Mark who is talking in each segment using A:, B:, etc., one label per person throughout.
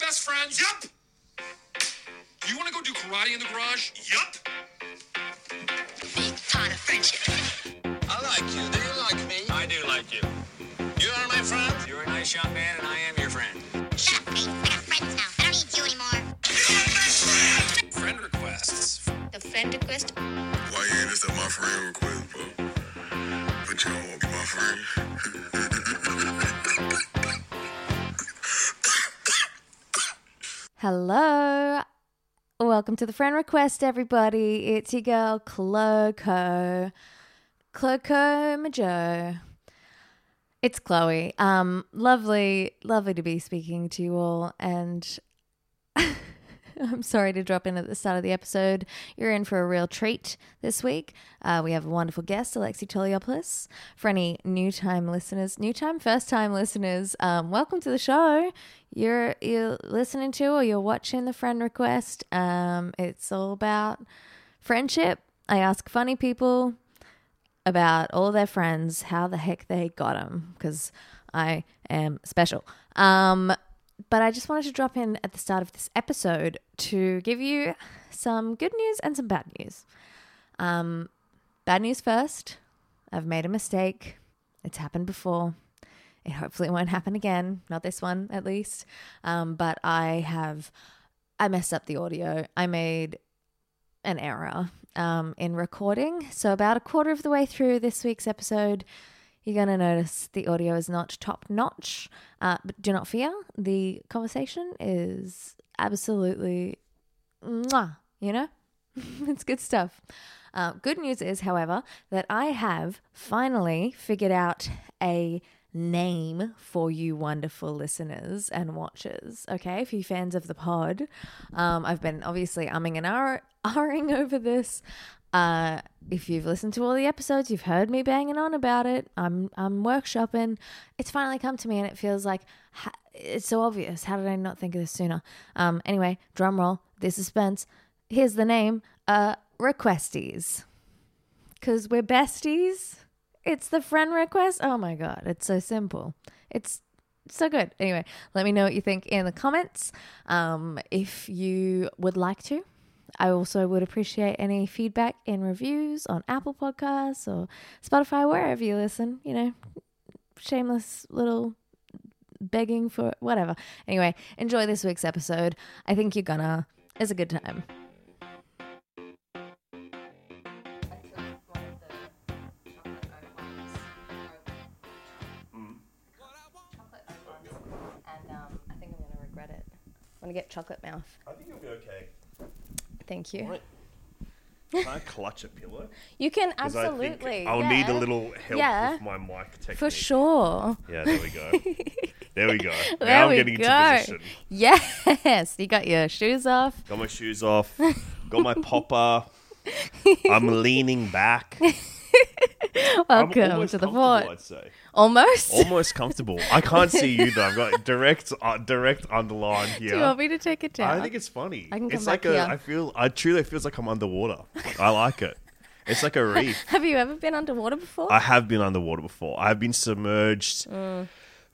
A: best friends?
B: Yup.
A: You want to go do karate in the garage?
B: Yup.
C: Big fan of friendship.
D: I like you. Do you like me?
E: I do like you.
D: You are my friend.
E: You're a nice young man, and I am your friend.
C: Shut up, Pete. I got friends now. I don't need you anymore.
A: Friend requests.
C: The friend request?
F: Why you ain't just at my friend request, bro? But you don't want to be my friend.
G: Hello. Welcome to the friend request, everybody. It's your girl, Cloco. Cloco Majo. It's Chloe. Um, lovely, lovely to be speaking to you all. And I'm sorry to drop in at the start of the episode. You're in for a real treat this week. Uh, we have a wonderful guest, Alexi Toliopoulos. For any new time listeners, new time, first time listeners, um, welcome to the show. You're, you're listening to or you're watching the friend request. Um, it's all about friendship. I ask funny people about all their friends, how the heck they got them, because I am special. Um, but I just wanted to drop in at the start of this episode to give you some good news and some bad news. Um, bad news first I've made a mistake, it's happened before. It hopefully won't happen again, not this one at least. Um, but I have, I messed up the audio. I made an error um, in recording. So, about a quarter of the way through this week's episode, you're going to notice the audio is not top notch. Uh, but do not fear, the conversation is absolutely, mwah, you know, it's good stuff. Uh, good news is, however, that I have finally figured out a name for you wonderful listeners and watchers. Okay, if you fans of the pod, um, I've been obviously umming and ah- ahhing over this. Uh, if you've listened to all the episodes, you've heard me banging on about it. I'm I'm workshopping. It's finally come to me, and it feels like ha- it's so obvious. How did I not think of this sooner? Um, anyway, drum roll, the suspense. Here's the name. Uh, requesties because we're besties. It's the friend request. Oh my God, it's so simple. It's so good. Anyway, let me know what you think in the comments. Um, if you would like to, I also would appreciate any feedback and reviews on Apple Podcasts or Spotify, wherever you listen. You know, shameless little begging for whatever. Anyway, enjoy this week's episode. I think you're gonna. It's a good time. and um, I think I'm gonna regret it. I'm gonna get chocolate mouth.
B: I think you'll be okay.
G: Thank you.
B: Right. Mm. Can I clutch a pillow?
G: You can
B: 'Cause I
G: absolutely.
B: think I'll need a
G: yeah,
B: little help
G: Yeah.
B: with my mic technique.
G: For sure.
B: Yeah, there we go. there we go. Now
G: There
B: I'm
G: we
B: getting
G: go.
B: into position.
G: Yes, you got your shoes off.
B: Got my shoes off. Got my popper. I'm leaning back. I'm
G: Welcome
B: almost
G: to the
B: comfortable,
G: fort.
B: I'd say.
G: Almost.
B: Almost comfortable. I can't see you though. I've got direct uh, direct underline here.
G: Do you want me to take it down?
B: I think it's funny.
G: I can come
B: it's like
G: back
B: a. I
G: here.
B: feel. I truly it feels like I'm underwater. I like it. It's like a reef.
G: Have you ever been underwater before?
B: I have been underwater before. I've been submerged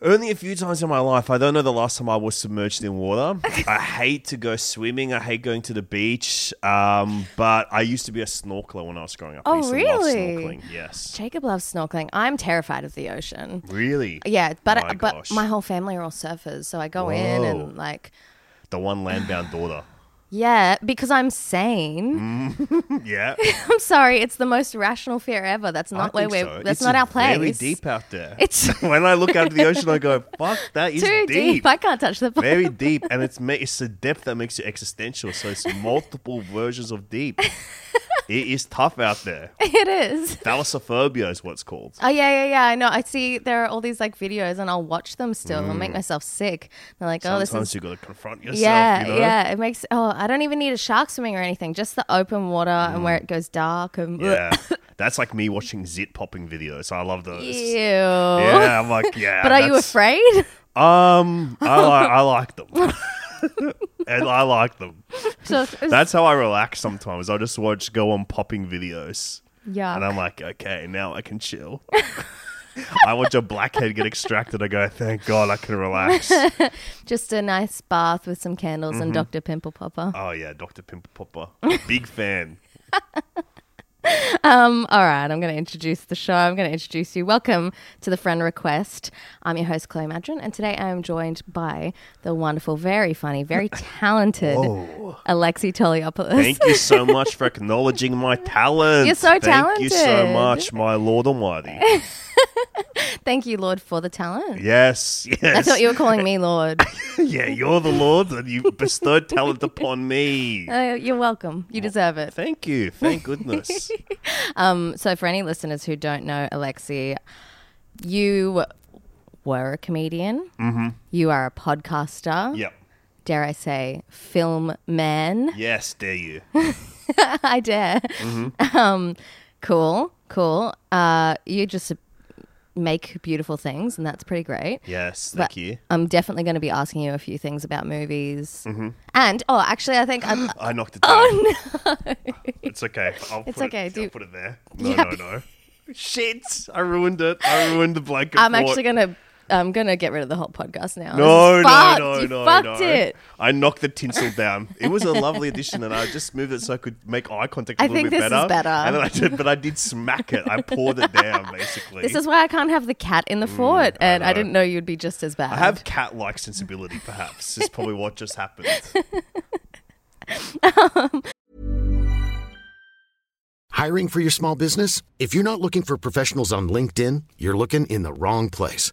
B: only a few times in my life. I don't know the last time I was submerged in water. I hate to go swimming. I hate going to the beach. Um, but I used to be a snorkeler when I was growing up. I
G: Oh,
B: used to
G: really?
B: Love snorkeling. Yes.
G: Jacob loves snorkeling. I'm terrified of the ocean.
B: Really?
G: Yeah, but
B: Oh My
G: but
B: gosh.
G: my whole family are all surfers, so I go in and like
B: The one landbound daughter.
G: yeah, because I'm sane.
B: Mm. Yeah.
G: I'm sorry, it's the most rational fear ever. That's not
B: I think
G: where we're.
B: so.
G: That's
B: It's
G: not our place.
B: Very deep out there.
G: It's
B: when I look out of the ocean, I go, "Fuck, that is
G: too deep.
B: deep."
G: I can't touch the.
B: very deep, and it's ma- it's the depth that makes you existential. So it's multiple versions of deep. It is tough out there.
G: it is.
B: Thalassophobia is what's called.
G: Oh yeah, yeah, yeah. I know. I see there are all these like videos, and I'll watch them still. I'll make myself sick. They're like, oh,
B: Mm. Sometimes
G: this is.
B: you got to confront yourself.
G: Yeah,
B: you know?
G: yeah. It makes. Oh, I don't even need a shark swimming or anything. Just the open water and where it goes dark and.
B: Mm. yeah. That's like me watching zit popping videos. I love those.
G: Ew.
B: Yeah, I'm like, yeah.
G: But are you
B: Ah, that's-
G: afraid?
B: Um, I like I like them, and I like them.
G: so,
B: That's how I relax sometimes. I just watch go on popping videos.
G: yeah.
B: And I'm like, okay, now I can chill. I watch a blackhead get extracted. I go, thank God I can relax.
G: Just a nice bath with some candles
B: Mm-hmm.
G: and Dr. Pimple Popper.
B: Oh yeah, Doctor Pimple Popper, big fan.
G: Um, all right, I'm going to introduce the show. I'm going to introduce you. Welcome to the Friend Request. I'm your host, Chloe Madron, and today I am joined by the wonderful, very funny, very talented Oh. Alexi Toliopoulos.
B: Thank you so much for acknowledging my talent.
G: You're so
B: Thank you so
G: talented.
B: much, my Lord Almighty.
G: Thank you, Lord, for the talent.
B: Yes, yes.
G: I thought you were calling me Lord.
B: yeah, you're the Lord, and you bestowed talent upon me.
G: Uh, you're welcome. You deserve it. Um,
B: Thank you. Thank goodness.
G: So, for any listeners who don't know, Alexi, you were a comedian. Mm-hmm. You are a podcaster.
B: yep.
G: Dare I say, film man?
B: Yes, dare you.
G: I dare. Um,
B: Mm-hmm.
G: cool, cool. Uh, you just make beautiful things, and that's pretty great.
B: Yes,
G: But
B: thank you.
G: I'm definitely going to be asking you a few things about movies.
B: Mm-hmm.
G: And, oh, actually, I think I'm,
B: I knocked it down. Oh no! It's okay. I'll
G: It's
B: put
G: okay,
B: It,
G: do-
B: I'll put it there. No,
G: Yeah.
B: no, no. Shit! I ruined it. I ruined the blanket.
G: I'm actually
B: fort.
G: going to. I'm gonna get rid of the whole podcast now.
B: No,
G: This is
B: no,
G: fucked.
B: no,
G: you
B: no,
G: fucked
B: no.
G: it.
B: I knocked the tinsel down. It was a lovely addition, and I just moved it so I could make eye contact a
G: I
B: little
G: think
B: bit
G: this is
B: better.
G: better.
B: And then I did, but I did smack it. I poured it down, basically.
G: This is why I can't have the cat in the fort, and I,
B: Mm, know.
G: didn't know you'd be just as bad.
B: I have cat-like sensibility, perhaps. is probably what just happened.
H: Hiring for your small business? If you're not looking for professionals on LinkedIn, you're looking in the wrong place.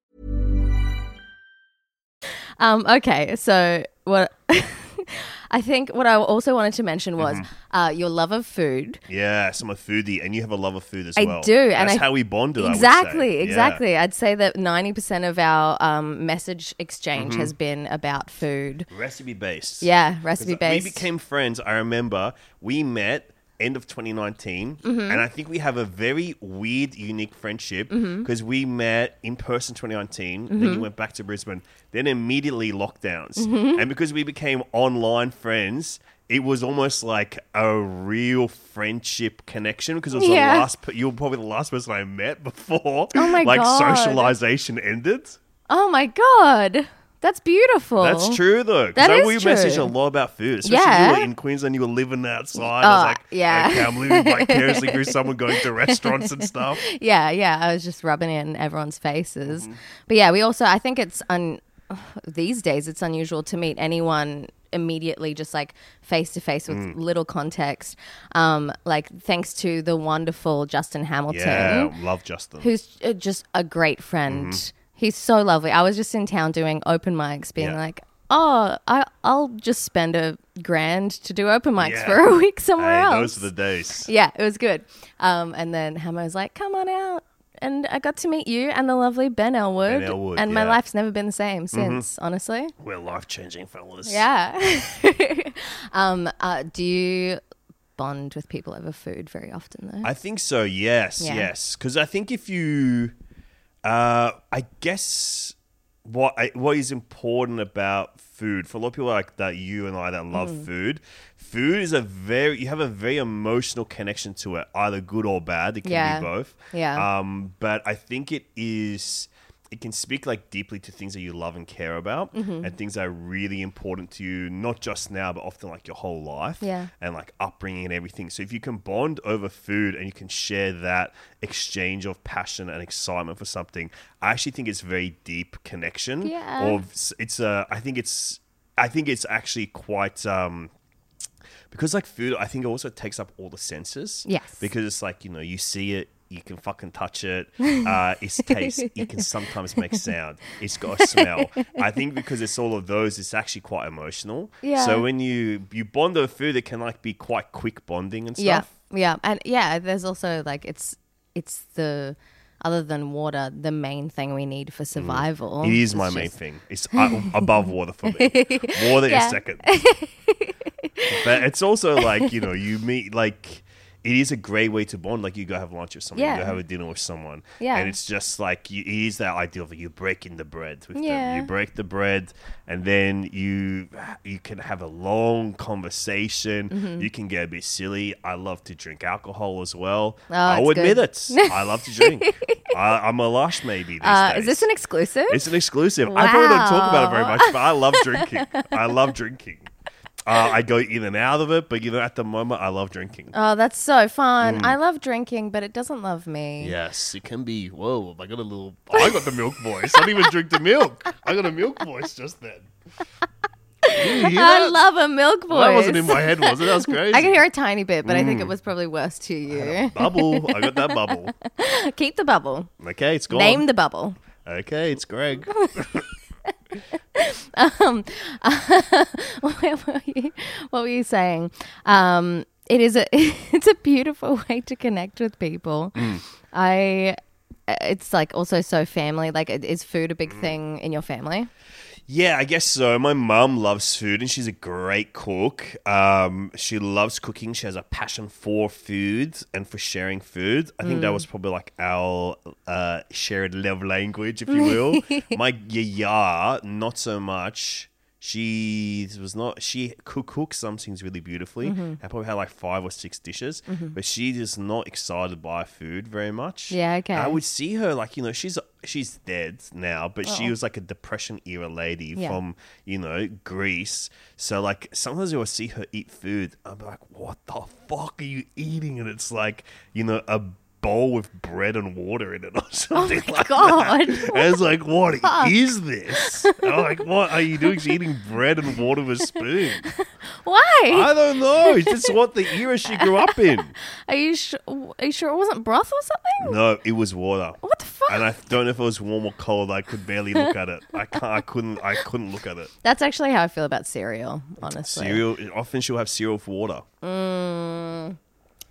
G: Um, okay, so what? I think what I also wanted to mention was
B: Mm-hmm.
G: uh, your love of food.
B: Yes, I'm a foodie, and you have a love of food as
G: I
B: well.
G: do, and
B: that's
G: I-
B: how we bonded. I would say.
G: exactly,
B: Yeah.
G: exactly. I'd say that ninety percent of our um, message exchange
B: Mm-hmm.
G: has been about food.
B: Recipe based.
G: Yeah, recipe based.
B: We became friends. I remember we met end of 2019,
G: Mm-hmm.
B: and I think we have a very weird, unique friendship
G: Mm-hmm.
B: because we met in person 2019. Then you went back to Brisbane, then immediately lockdowns,
G: Mm-hmm.
B: and because we became online friends. It was almost like a real friendship connection because it was
G: Yeah.
B: the last. pe- You were probably the last person I met before.
G: Oh my
B: like
G: God.
B: socialization ended.
G: oh my god, that's beautiful.
B: That's true though. 'cause
G: That
B: I-
G: is
B: we
G: true.
B: messaged a lot about food, especially
G: Yeah.
B: you were in Queensland. You were living outside.
G: Oh,
B: I was like,
G: yeah.
B: okay, I'm living vicariously through someone going to restaurants and stuff.
G: Yeah, yeah. I was just rubbing it in everyone's faces.
B: Mm-hmm.
G: But yeah, we also I think it's un these days it's unusual to meet anyone immediately just like face to face with
B: Mm.
G: little context. Um, like thanks to the wonderful Justin Hamilton
B: Yeah, love Justin.
G: who's uh, just a great friend. He's so lovely. I was just in town doing open mics, being
B: Yeah.
G: like, "Oh, I, I'll just spend a grand to do open mics
B: Yeah.
G: for a week somewhere
B: hey,
G: else."
B: those are the days.
G: Yeah, it was good. Um, and then Hammer was like, "Come on out," and I got to meet you and the lovely Ben Elwood.
B: Ben Elwood,
G: and my
B: yeah. Mm-hmm.
G: life's never been the same since, honestly.
B: We're life changing, fellas.
G: Yeah. um, uh, do you bond with people over food very often though?
B: I think so. Yes,
G: Mm-hmm. Yeah.
B: yes. Because I think if you, uh, I guess what I- what is important about food for a lot of people like that you and I that love
G: Mm-hmm.
B: food. Food is a very you have a very emotional connection to it, either good or bad. It can
G: Yeah.
B: be both.
G: Yeah.
B: Um, but I think it is. It can speak like deeply to things that you love and care about,
G: Mm-hmm.
B: and things that are really important to you, not just now, but often like your whole life
G: Yeah.
B: and like upbringing and everything. So if you can bond over food and you can share that exchange of passion and excitement for something, I actually think it's very deep connection.
G: Yeah.
B: Or it's a. I think it's. I think it's actually quite. um because like food, I think it also takes up all the senses.
G: Yes.
B: Because it's like you know you see it, you can fucking touch it. Uh, it's taste. it can sometimes make sound. It's got a smell. I think because it's all of those, it's actually quite emotional.
G: Yeah.
B: So when you you bond over food, it can like be quite quick bonding and stuff.
G: Yeah, yeah, and yeah. There's also like it's it's the other than water, the main thing we need for survival.
B: Mm. It is
G: It's
B: my
G: just-
B: main thing. It's uh, above water for me. Water
G: Yeah.
B: is second. but it's also like, you know, you meet, like, it is a great way to bond. Like, you go have lunch with someone, you
G: Yeah.
B: go have a dinner with someone.
G: Yeah.
B: And it's just like, you, it is that idea of you breaking the bread with
G: Yeah.
B: them. You break the bread, and then you you can have a long conversation.
G: Mm-hmm.
B: You can get a bit silly. I love to drink alcohol as well. I'll
G: Oh, it's
B: admit
G: good.
B: it. I love to drink. I, I'm a lush, maybe. These
G: Uh,
B: days.
G: is this an exclusive?
B: It's an exclusive. I probably don't talk about it very
G: Wow.
B: much, but I love drinking. I love drinking. Uh, I go in and out of it, but you know, at the moment, I love drinking.
G: oh, that's so fun.
B: Mm.
G: I love drinking, but it doesn't love me.
B: Yes, it can be. Whoa, I got a little. oh, I got the milk voice. I didn't even drink the milk. I got a milk voice just then.
G: I love a milk voice.
B: That wasn't in my head, was it? That was crazy.
G: I can hear a tiny bit, but I think it was probably worse to you.
B: bubble. Mm. I got that bubble.
G: Keep the bubble.
B: Okay, it's gone.
G: Name the bubble.
B: okay, it's Greg.
G: Where were you? What were you saying? Um, it is a it's a beautiful way to connect with people.
B: Mm.
G: I it's like also so family. Like, it- is food a big
B: Mm.
G: thing in your family?
B: Yeah, I guess so. My mum loves food and she's a great cook. Um, she loves cooking. She has a passion for food and for sharing food. I think that was
G: Mm.
B: probably like our uh, shared love language, if you will. My yaya, not so much. She was not. She could cook some things really beautifully.
G: Mm-hmm.
B: I probably had like five or six dishes, but she is not excited by food very much.
G: Yeah, okay.
B: I would see her like you know she's she's dead now, but she was like a depression era lady
G: Yeah.
B: from you know Greece. So like sometimes I would see her eat food. I'm like, what the fuck are you eating? And it's like you know a bowl with bread and water in it or something like
G: Oh God.
B: that. And it's like, what is this? And I'm like, what are you doing? She's eating bread and water with a spoon.
G: Why
B: I don't know. It's just what the era she grew up in.
G: are you sure? Are you sure it wasn't broth or something?
B: No, it was water.
G: What the fuck?
B: and I don't know if it was warm or cold. I could barely look at it. I can't. I couldn't. I couldn't look at it.
G: That's actually how I feel about cereal. Honestly,
B: Cereal. Often she'll have cereal for water.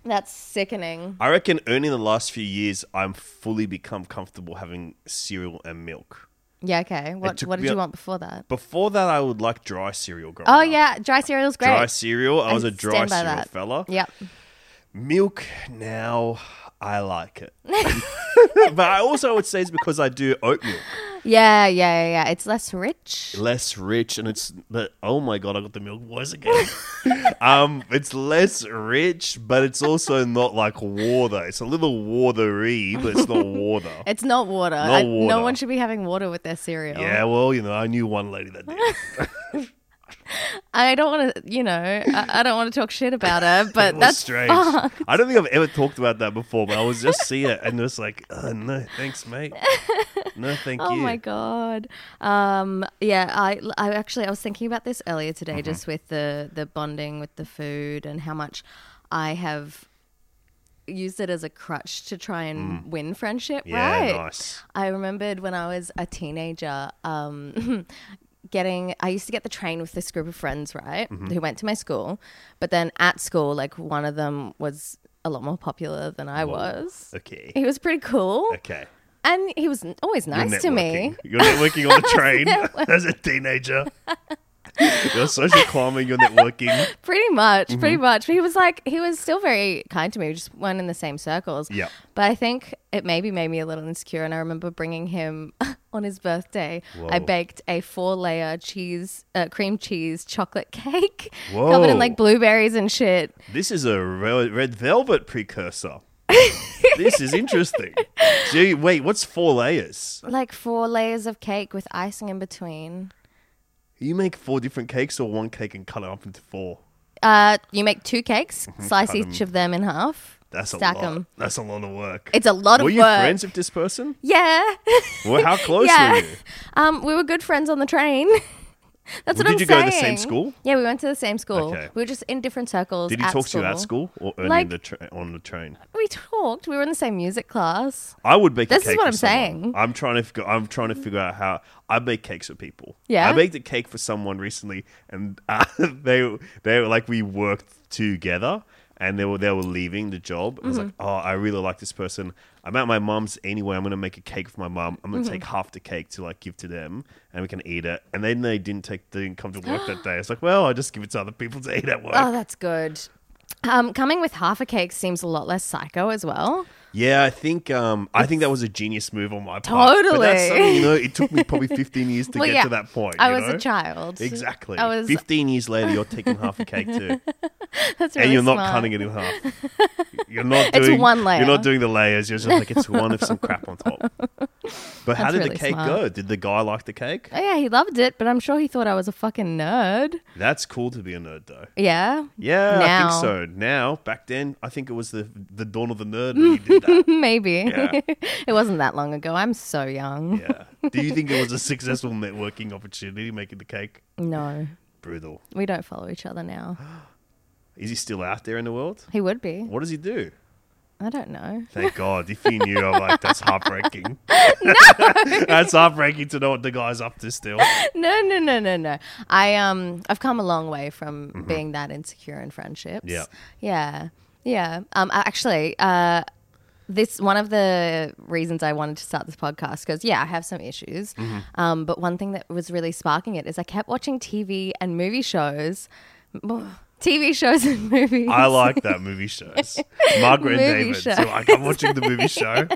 G: that's sickening.
B: I reckon. Only in the last few years, I'm fully become comfortable having cereal and milk.
G: Yeah. Okay. What
B: took
G: What did
B: me
G: you
B: a-
G: want before that?
B: Before that, I would like dry cereal. Growing
G: Oh
B: up.
G: yeah, dry cereal's great.
B: Dry cereal. I was
G: I
B: a dry
G: stand by
B: cereal
G: that.
B: fella.
G: Yep.
B: Milk now, I like it. but I also would say it's because I do oat milk.
G: Yeah, yeah, yeah, yeah. It's less rich.
B: less rich and it's but oh my god i got the milk voice again um it's less rich but it's also not like water it's a little watery but it's not water
G: It's not water.
B: Not
G: I-
B: water.
G: No one should be having water with their cereal.
B: yeah well you know i knew one lady that did
G: I don't want to, you know, I, I don't want to talk shit about her, but
B: it was
G: that's oh
B: strange
G: fucked.
B: i don't think i've ever talked about that before but i was just seeing it and it's like oh, no thanks mate no thank
G: Oh
B: you
G: my god. Um, yeah, I, I actually I was thinking about this earlier today,
B: Mm-hmm.
G: just with the the bonding with the food and how much I have used it as a crutch to try and win friendship.
B: Mm. yeah
G: right?
B: nice
G: I remembered when I was a teenager, um, getting, I used to get the train with this group of friends, right? Who went to my school. But then at school, like one of them was a lot more popular than I was.
B: okay
G: He was pretty cool.
B: okay
G: And he was n- always
B: You're
G: nice to me.
B: networking. You're networking on the train as a teenager. You're social climbing, you're networking.
G: Pretty much, pretty
B: Mm-hmm.
G: much. But he was like, he was still very kind to me. We just weren't in the same circles.
B: Yeah.
G: But I think it maybe made me a little insecure. And I remember bringing him on his birthday.
B: Whoa.
G: I baked a four-layer cheese, uh, cream cheese chocolate cake covered in like
B: Whoa.
G: blueberries and shit.
B: This is a re- red velvet precursor. this is interesting. Gee, wait, what's four layers?
G: Like four layers of cake with icing in between.
B: You make four different cakes or one cake and cut it up into four?
G: Uh, you make two cakes, slice
B: Mm-hmm. cut 'em.
G: each of them in half.
B: That's a
G: stack
B: lot.
G: 'em.
B: That's a lot of work.
G: It's a lot
B: were
G: of
B: you
G: work.
B: friends with this person?
G: Yeah.
B: Well, how close
G: Yeah.
B: were you?
G: Um, we were good friends on the train. That's
B: Well,
G: what I'm saying.
B: did you go to the same school?
G: Yeah, we went to the same school.
B: Okay.
G: We were just in different circles.
B: Did he
G: at
B: talk to you at school or earning
G: Like-
B: the tra- on the train?
G: We talked. We were in the same music class.
B: I would bake.
G: This
B: a
G: is
B: cake
G: what
B: for
G: I'm
B: someone.
G: saying.
B: I'm trying to. Figure, I'm trying to figure out how I bake cakes for people.
G: Yeah?
B: I baked a cake for someone recently, and uh, they they were like we worked together, and they were they were leaving the job. I was like,
G: Mm-hmm.
B: oh, I really like this person. I'm at my mom's anyway. I'm gonna make a cake for my mom. I'm
G: Mm-hmm.
B: gonna take half the cake to like give to them, and we can eat it. And then they didn't take. They didn't come to work that day. It's like, well, I just give it to other people to eat at work.
G: Oh, that's good. Um, coming with half a cake seems a lot less psycho as well.
B: Yeah, I think um, I think that was a genius move on my part. But that's
G: Totally.
B: something, you know, it took me probably 15 years to
G: Well,
B: get
G: yeah,
B: to that point.
G: I
B: you
G: was a
B: know?
G: child.
B: Exactly.
G: I was.
B: 15 years later, you're taking half a cake too,
G: That's really
B: and you're not
G: smart.
B: cutting it in half. You're not
G: It's
B: doing
G: one
B: You're
G: layer.
B: not doing the layers. You're just like it's one with some crap on top. But how
G: That's
B: did
G: really
B: the cake
G: smart.
B: go? Did the guy like the cake?
G: Oh yeah, he loved it, but I'm sure he thought I was a fucking nerd.
B: That's cool to be a nerd though.
G: Yeah.
B: Yeah, I
G: Now.
B: think so. Now, back then, I think it was the the dawn of the nerd when you did that.
G: Maybe.
B: Yeah.
G: it wasn't that long ago. I'm so young.
B: Yeah. Do you think it was a successful networking opportunity making the cake?
G: No,
B: Brutal.
G: we don't follow each other now.
B: Is he still out there in the world?
G: He would be.
B: What does he do?
G: I don't know.
B: Thank God. If he knew, I'm like, that's heartbreaking. that's heartbreaking to know what the guy's up to still.
G: No, no, no, no, no. I um, I've come a long way from being that insecure in friendships.
B: Mm-hmm. Yeah.
G: yeah, yeah. Um, I- actually, uh, this one of the reasons I wanted to start this podcast because yeah, I have some issues.
B: Mm-hmm.
G: Um, but one thing that was really sparking it is I kept watching TV and movie shows, TV shows and movies.
B: I like that movie shows. Margaret
G: Movie
B: David.
G: shows.
B: So like I'm watching the movie show.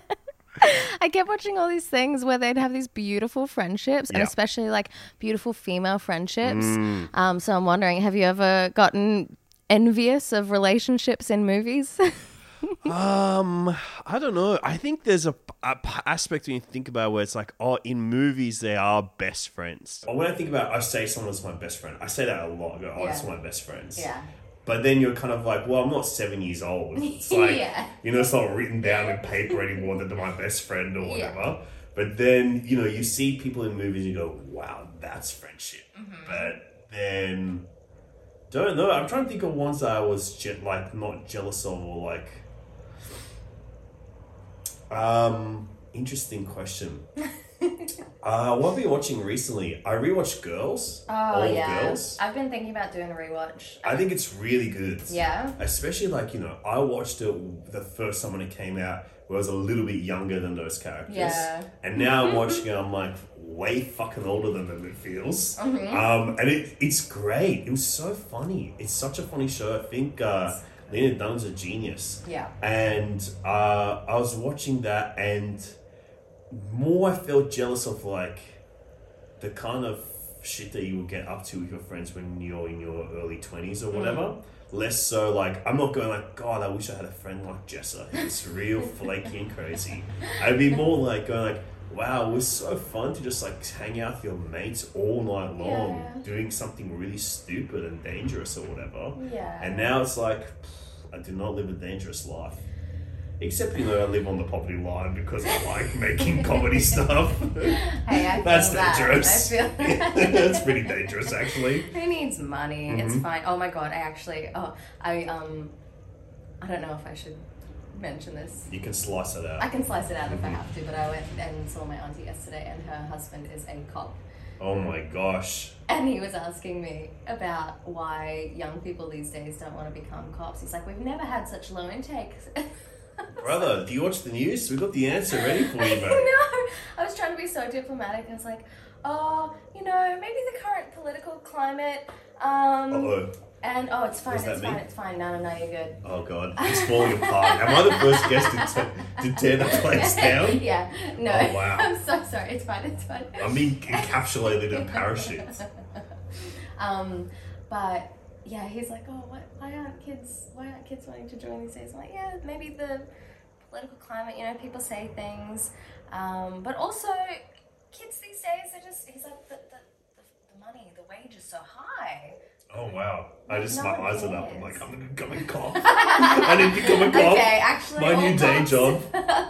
G: I kept watching all these things where they'd have these beautiful friendships, and
B: Yeah.
G: especially like beautiful female friendships. Um, so I'm wondering, have you ever gotten envious of relationships in movies?
B: Um, I don't know. I think there's a, a p- aspect when you think about where it's like, oh, in movies they are best friends. When I think about, I say someone's my best friend. I say that a lot. I go, oh, that's my best friends. Yeah. But then you're kind of like, well, I'm not seven years old. It's like, you know, it's not written down in paper anymore that they're my best friend or whatever. But then, you know, you see people in movies and you go, wow, that's friendship.
G: Mm-hmm.
B: But then, don't know. I'm trying to think of ones that I was je- like not jealous of or like. Um, interesting question. uh, what have you been watching recently? I rewatched Girls. all of Girls.
G: Oh, I've been thinking about doing a rewatch.
B: I think it's really good.
G: Yeah.
B: Especially like, you know, I watched it the first time when it came out where I was a little bit younger than those characters.
G: Yeah.
B: And now I'm watching it, I'm like way fucking older than them it feels.
G: Mm-hmm.
B: Um, and it, it's great. It was so funny. It's such a funny show. I think uh, Lena Dunham's a genius.
G: Yeah.
B: And uh, I was watching that and more I felt jealous of like the kind of shit that you will get up to with your friends when you're in your early 20s or whatever. Less so like, I'm not going like, God, I wish I had a friend like Jessa. It's real flaky and crazy. I'd be more like going like, wow, it was so fun to just like hang out with your mates all night long doing something really stupid and dangerous or whatever. Yeah. And now it's like, I do not live a dangerous life. Except, you know, I live on the poverty line because I like making comedy stuff.
G: Hey, I
B: That's dangerous. That's pretty dangerous, actually. Mm-hmm.
G: Who needs money? It's fine. Oh my god, I actually. Oh, I um, I don't know if I should mention this.
B: You can slice it
G: I
B: out. Mm-hmm.
G: can slice it out if I have to, but I went and saw my auntie yesterday, and her husband is a cop.
B: Oh my gosh.
G: And he was asking me about why young people these days don't want to become cops. He's like, we've never had such low intakes.
B: Brother, do you watch the news? We've got the answer ready for you, mate.
G: no, I was trying to be so diplomatic, and it's like, oh, you know, maybe the current political climate. Um,
B: Uh-oh.
G: And oh, it's fine.
B: What does that
G: It's fine.
B: mean?
G: It's fine. No, no, no, you're good.
B: Oh god, it's falling apart. Am I the first guest to, te- to tear the place down?
G: yeah. No.
B: Oh, wow.
G: I'm so sorry. It's fine. It's fine.
B: I'm being encapsulated in parachutes.
G: Um, but yeah, he's like, oh, what, why aren't kids? Why aren't kids wanting to join these days? I'm like, yeah, maybe the political climate. You know, people say things, um, but also kids these days are just. He's like, the, the, the, the money, the wage is so high.
B: Oh wow, I just
G: No
B: my eyes
G: one
B: lit up. I'm
G: cares.
B: like, I'm gonna become a cop. I need to become a cop.
G: Okay, actually,
B: my
G: all
B: new day
G: cops.
B: job.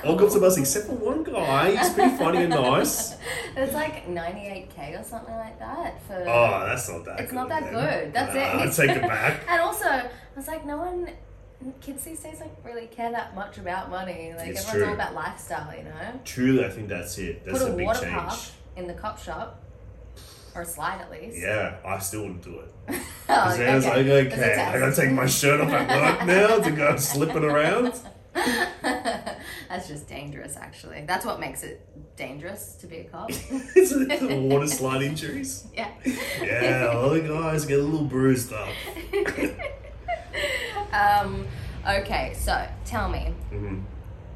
B: All cops are best except for one guy. He's pretty funny and nice.
G: It's like 98k or something like that for.
B: Oh, that's not that.
G: It's
B: good
G: not that
B: then.
G: good. That's
B: Nah,
G: it.
B: I take it back.
G: and also, I was like, no one, kids these days don't really care that much about money. Like
B: It's
G: everyone's
B: true.
G: all about lifestyle, you know.
B: Truly, I think that's it. That's
G: Put a,
B: a big
G: water
B: change.
G: park in the cop shop, or a slide at least.
B: Yeah, I still wouldn't do it.
G: Oh,
B: Because then it's like,
G: There's a
B: okay, I gotta
G: test.
B: take my shirt off at work now to go slipping around.
G: That's just dangerous, actually. That's what makes it dangerous to be a cop.
B: Is it the water slide injuries?
G: yeah.
B: Yeah, all the guys get a little bruised up.
G: Um, okay, so tell me.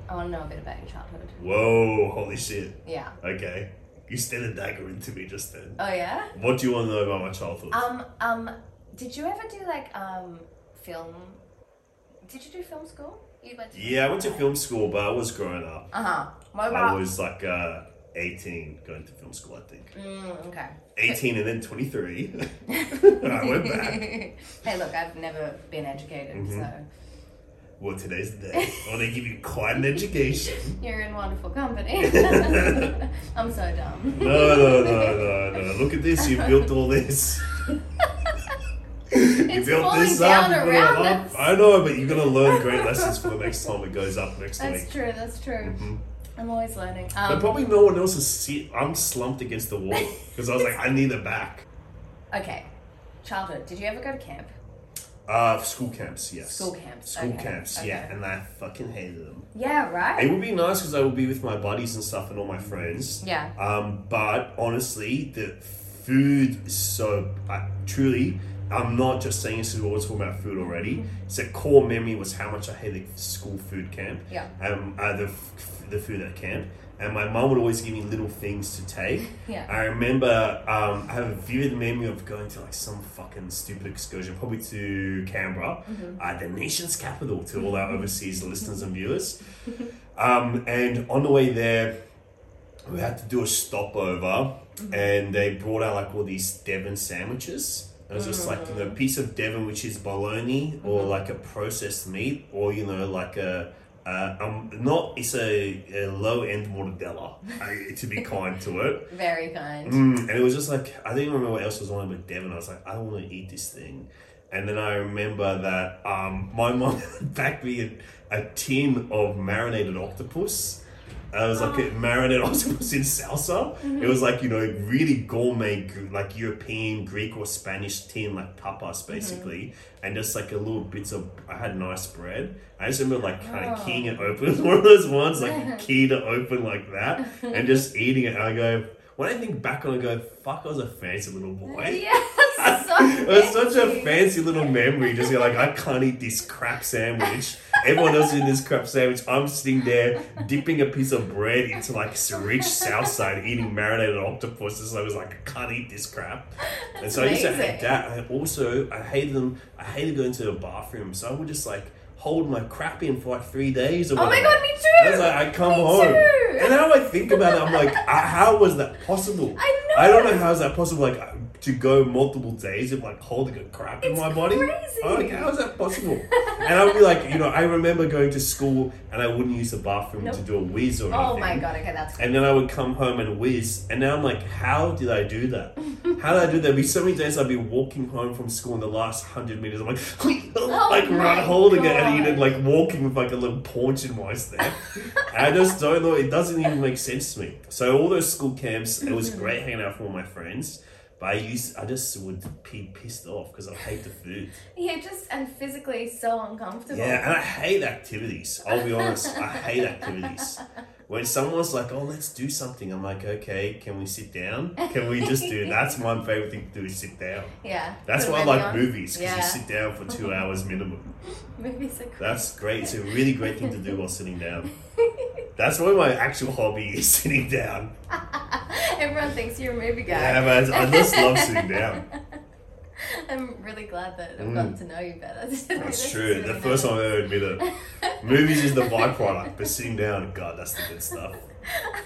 G: I want to know a bit about your childhood.
B: Mm-hmm. Whoa, holy shit.
G: Yeah.
B: Okay. You stared a dagger into me just then.
G: Oh yeah.
B: What do you want to know about my childhood?
G: Um, um, did you ever do like um film? Did you do film school? You went to
B: yeah, I went to film school, but I was growing up.
G: Uh huh. What
B: I
G: about?
B: was like uh, 18 going to film school, I think.
G: Mm, okay.
B: 18 and then 23. I went back.
G: hey, look, I've never been educated, so
B: Well, today's the day. I want to give you quite an education.
G: you're in wonderful company. I'm so dumb.
B: No, no, no, no, no. Look at this. You built all this.
G: It's falling down
B: you put it
G: around
B: up.
G: us.
B: I know, but you're gonna learn great lessons for the next time it goes up next
G: That's
B: week. Mm-hmm.
G: true. That's true. I'm always learning. Um,
B: But probably no one else is. See- I'm slumped against the wall because I was like, I need a back.
G: Okay. Childhood. Did you ever go to camp?
B: Uh, school camps, yes.
G: School camps,
B: School
G: okay,
B: camps, yeah.
G: okay.
B: And I fucking hated them.
G: Yeah.
B: It
G: Right.
B: would be nice because I would be with my buddies and stuff and all my friends.
G: Yeah.
B: Um, but honestly, the food is so I truly. I'm not just saying this because we're talking about food already. It's a core memory was how much I hated school food camp.
G: Yeah.
B: Um, uh, the f- the food at camp, and my mum would always give me little things to take.
G: Yeah.
B: I remember um, I have a vivid memory of going to like some fucking stupid excursion, probably to Canberra, uh, the nation's capital, to all our overseas listeners and viewers. Um, and on the way there, we had to do a stopover, and they brought out like all these Devon sandwiches. It was just like you know, a piece of Devon, which is bologna or like a processed meat, or you know, like a uh, um, not it's a, a low end mortadella, uh, to be kind to it.
G: Very kind.
B: Mm, and it was just like I didn't remember what else was on it, but Devon. I was like, I don't want to eat this thing. And then I remember that um, my mom backed me a, a tin of marinated octopus. And It was like a marinated octopus in salsa. It was like you know really gourmet, gr- like European, Greek or Spanish tin, like tapas basically, and just like a little bits of. I had nice bread. I just remember like kind of keying it open, one of those ones like you key to open like that, and just eating it. And I go, when I think back on, it, I go, fuck, I was a fancy little boy.
G: Yes. So
B: It was such a
G: fancy.
B: fancy little memory. Just you're like, I can't eat this crap sandwich. Everyone else is in this crap sandwich. I'm sitting there dipping a piece of bread into like s- rich salsa and eating marinated octopus. So I was like, I can't eat this crap. and so I used to hate
G: amazing.
B: that. I also I hated them. I hated going to the bathroom. So I would just like hold my crap in for like three days. Or
G: Oh my
B: whatever.
G: God, me too.
B: I was like, I come
G: Me
B: home.
G: too.
B: And now I think about it, I'm like, I, how was that possible?
G: I know.
B: I don't know how is that possible. Like uh, to go multiple days of like holding a crap in
G: It's
B: my body.
G: crazy.
B: I'm like, how is that possible? and I'd be like, you know, I remember going to school and I wouldn't use the bathroom to do a whiz or
G: Oh
B: anything.
G: my god. Okay, that's.
B: And then I would come home and whiz. And now I'm like, how did I do that? How did I do that? There'd be so many days I'd be walking home from school in the last hundred meters. I'm like, like
G: Oh my
B: right holding it and
G: God.
B: even like walking with like a little paunch in my step. And I just don't
G: Mm-hmm.
B: know. It doesn't even make sense to me. So all those school camps, it was great hanging out with all my friends.
H: But I used, I just would be pissed off because I hate the food.
G: Yeah, just and physically so uncomfortable.
H: Yeah, and I hate activities. I'll be honest, I hate activities. When someone's like, "Oh, let's do something," I'm like, "Okay, can we sit down? Can we just do?" That's my favorite thing to do is sit down.
G: Yeah.
H: That's
G: Put
H: why I
G: it
H: like
G: on.
H: movies because
G: yeah.
H: you sit down for two hours minimum.
G: Movies are great.
H: That's great. It's a really great thing to do while sitting down. That's why my actual hobby is sitting down.
G: Everyone thinks you're a movie guy.
H: Yeah, man, I just love sitting down.
G: I'm really glad that I've
H: Mm.
G: gotten to know you better.
H: That's true. The first time I ever admit it. Movies is the byproduct, but sitting down, God, that's the good stuff.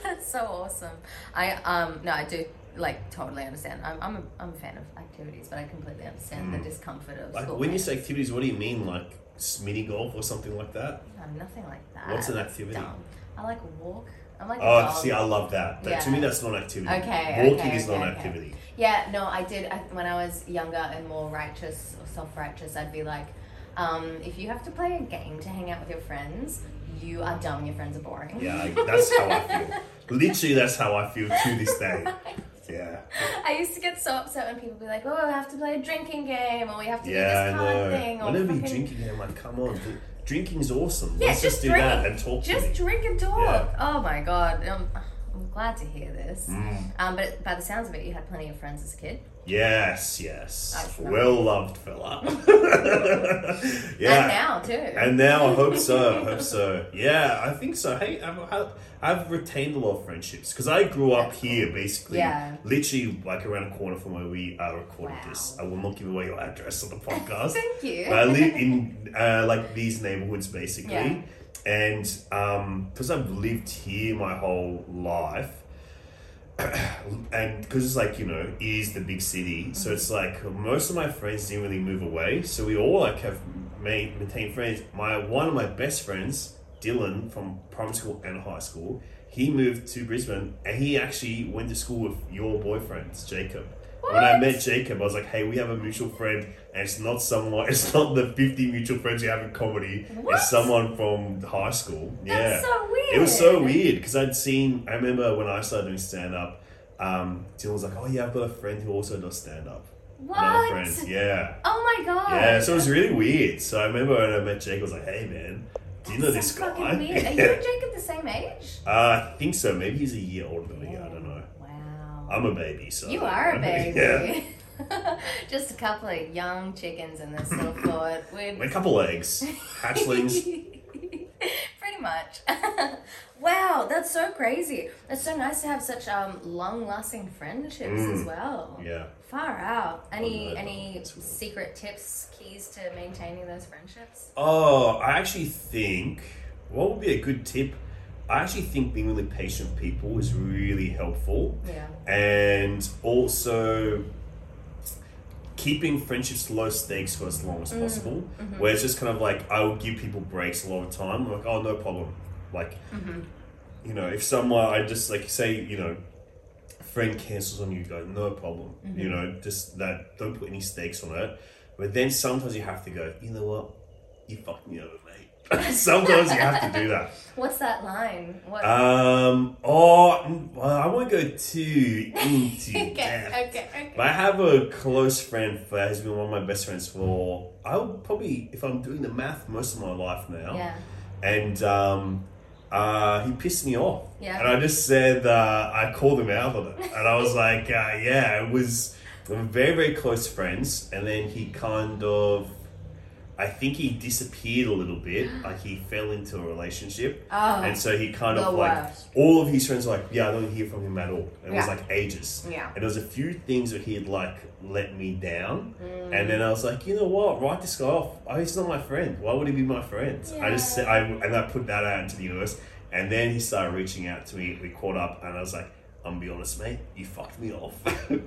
G: That's so awesome. I um no, I do like totally understand. I'm I'm a, I'm a fan of activities, but I completely understand the
H: Mm.
G: discomfort of
H: Like
G: school.
H: when you say activities, what do you mean? Like s- mini golf or something like that?
G: I'm nothing like that.
H: What's an
G: That's
H: activity?
G: dumb. I like a walk. I'm like a
H: Oh,
G: dog.
H: see, I love that. that To
G: Yeah.
H: me, that's not an activity.
G: Okay,
H: Walking
G: okay,
H: is not
G: okay,
H: an
G: okay.
H: activity.
G: Yeah, no, I did. I, when I was younger and more righteous or self righteous, I'd be like, um, if you have to play a game to hang out with your friends, you are dumb. Your friends are boring.
H: Yeah, I, that's how I feel. Literally, that's how I feel to this day. Yeah.
G: I used to get so upset when people be like, oh, we have to play a drinking game or we have to
H: Yeah,
G: do this
H: I
G: card
H: know.
G: thing. Or
H: Whenever you
G: fucking-
H: drinking, I'm like, come on, d- drinking's awesome.
G: Yeah,
H: Let's
G: just
H: just, do
G: drink.
H: that and talk to
G: Just
H: me.
G: drink and talk.
H: Yeah.
G: Oh my god. Um, I'm glad to hear this.
H: Mm.
G: Um, but by the sounds of it, you had plenty of friends as a kid.
H: Yes, yes.
G: That's nice.
H: Well loved fella.
G: And
H: yeah.
G: now, too.
H: And now I hope so. I hope so. Yeah, I think so. Hey, I've, I've- I've retained a lot of friendships because I grew up here basically.
G: Yeah.
H: Literally, like around a corner from where we uh, recorded this. I will not give away your address on the podcast.
G: Thank you.
H: But I live in uh, like these neighborhoods basically,
G: Yeah.
H: and because I've lived here my whole life, and because it's like you know it is the big city, so it's like most of my friends didn't really move away, so we all like have made maintained friends. My one of my best friends, Dylan from primary school and high school, he moved to Brisbane, and he actually went to school with your boyfriend Jacob. When I met Jacob, I was like, "Hey, we have a mutual friend, and it's not someone. It's not the fifty mutual friends you have in comedy.
G: What?
H: It's someone from high school." Yeah,
G: so
H: It was so
G: weird.
H: weird because I'd seen. I remember when I started doing stand up, um, Dylan was like, "Oh yeah, I've got a friend who also does stand up."
G: What?
H: Yeah,
G: Oh my god.
H: yeah. So it was really weird. So I remember when I met Jacob, I was like, "Hey man, do you know
G: That's
H: this
G: so fucking
H: guy?"
G: weird. Are you and Jacob the same age? Oh,
H: uh, I think so. Maybe he's a year older than me. I don't know.
G: Wow.
H: I'm a baby, so
G: You are a baby.
H: yeah.
G: Just a couple of young chickens in this little court. We're
H: A couple eggs, hatchlings.
G: Pretty much. wow, that's so crazy. That's so nice to have such um long-lasting friendships
H: Mm.
G: as well.
H: Yeah.
G: Far out. Any
H: no,
G: any secret tips, keys to maintaining those friendships?
H: Oh, I actually think what would be a good tip? I actually think being really patient with people is really helpful.
G: Yeah.
H: And also keeping friendships low stakes for as long as
G: Mm,
H: possible.
G: mhm.
H: Where it's just kind of like I will give people breaks a lot of time. I'm like, oh no problem. Like
G: Mm-hmm.
H: you know, if someone I just like say, you know, friend cancels on you, go no problem.
G: Mhm.
H: You know, just that don't put any stakes on it. But then sometimes you have to go, you know what, you fucked me over, mate. sometimes you have to do that.
G: What's that line? What?
H: Um, or mm, well, I won't go too into
G: okay,
H: that.
G: okay, okay.
H: But I have a close friend that has been one of my best friends for I would probably, if I'm doing the math, most of my life now
G: Yeah.
H: and um, uh, he pissed me off.
G: Yeah.
H: And I just said, uh, I called him out on it. And I was like, uh, yeah, it was, we were very, very close friends. And then he kind of, I think he disappeared a little bit. Like he fell into a relationship.
G: Oh,
H: and so he kind
G: the
H: of like,
G: worst.
H: all of his friends were like, yeah, I don't hear from him at all. And it was
G: Yeah.
H: like ages.
G: Yeah.
H: And there was a few things that he had like let me down.
G: Mm.
H: And then I was like, you know what? Write this guy off. Oh, he's not my friend. Why would he be my friend? I just said, I, and I put that out into the universe. And then he started reaching out to me. We caught up, and I was like, I'm gonna be honest, mate, you fucked me off.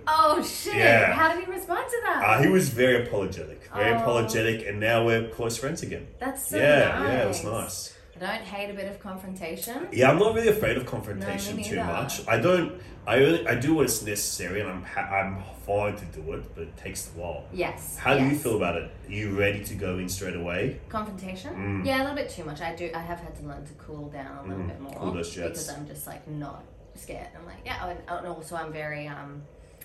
G: Oh shit!
H: Yeah.
G: How did he respond to that?
H: uh, he was very apologetic, very
G: Oh.
H: apologetic, and now we're close friends again.
G: That's so
H: yeah,
G: nice.
H: yeah, it was nice.
G: I don't hate a bit of confrontation.
H: Yeah, I'm not really afraid of
G: No,
H: confrontation
G: me
H: too
G: neither.
H: much. I don't. I only, I do when it's necessary, and I'm ha- I'm fine to do it, but it takes a while.
G: Yes,
H: How do you
G: yes.
H: feel about it? Are you ready to go in straight away?
G: Confrontation?
H: Mm.
G: Yeah, a little bit too much. I do. I have had to learn to cool down a little
H: Mm,
G: bit more
H: cool those jets.
G: because I'm just like not scared. I'm like, yeah, oh, and, oh, and also I'm very um,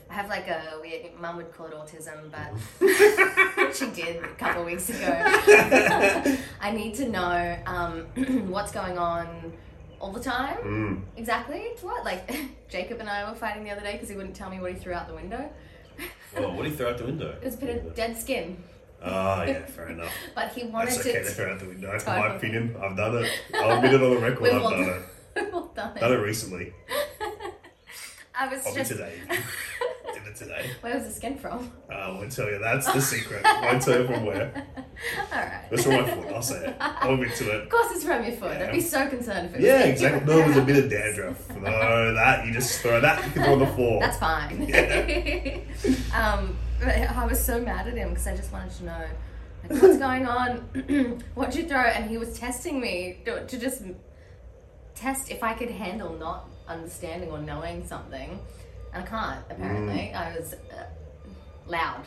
G: I have like a weird. Mum would call it autism,
B: Mm.
G: but she did a couple weeks ago. I need to know um, what's going on all the time.
B: Mm.
G: Exactly. What? Like Jacob and I were fighting the other day because he wouldn't tell me what he threw out the window.
B: Oh, what do you throw out the window?
G: It was a bit of dead skin.
B: Ah, yeah, fair enough.
G: But he wanted
B: That's okay
G: to.
B: to throw out the window. That's my
G: Totally.
B: opinion. I've done it. I'll admit it on the record.
G: We've
B: I've
G: all
B: done
G: done-
B: it.
G: We've all done
B: Done it
G: it.
B: recently.
G: I was
B: Probably
G: just.
B: today. Did it today.
G: Where was the skin from?
B: I won't tell you. That's the secret. Won't tell you from where.
G: All right.
B: That's from my foot. I'll say it. I'll admit to it.
G: Of course, it's from your foot. I'd be so concerned if it was
B: Yeah,
G: from your
B: exactly. No, it was a bit of dandruff. No, that you just throw that. You can throw on the floor.
G: That's fine. um, but I was so mad at him because I just wanted to know like, what's going on, what'd you throw, and he was testing me to, to just test if I could handle not understanding or knowing something, and I can't. Apparently, I was uh, loud.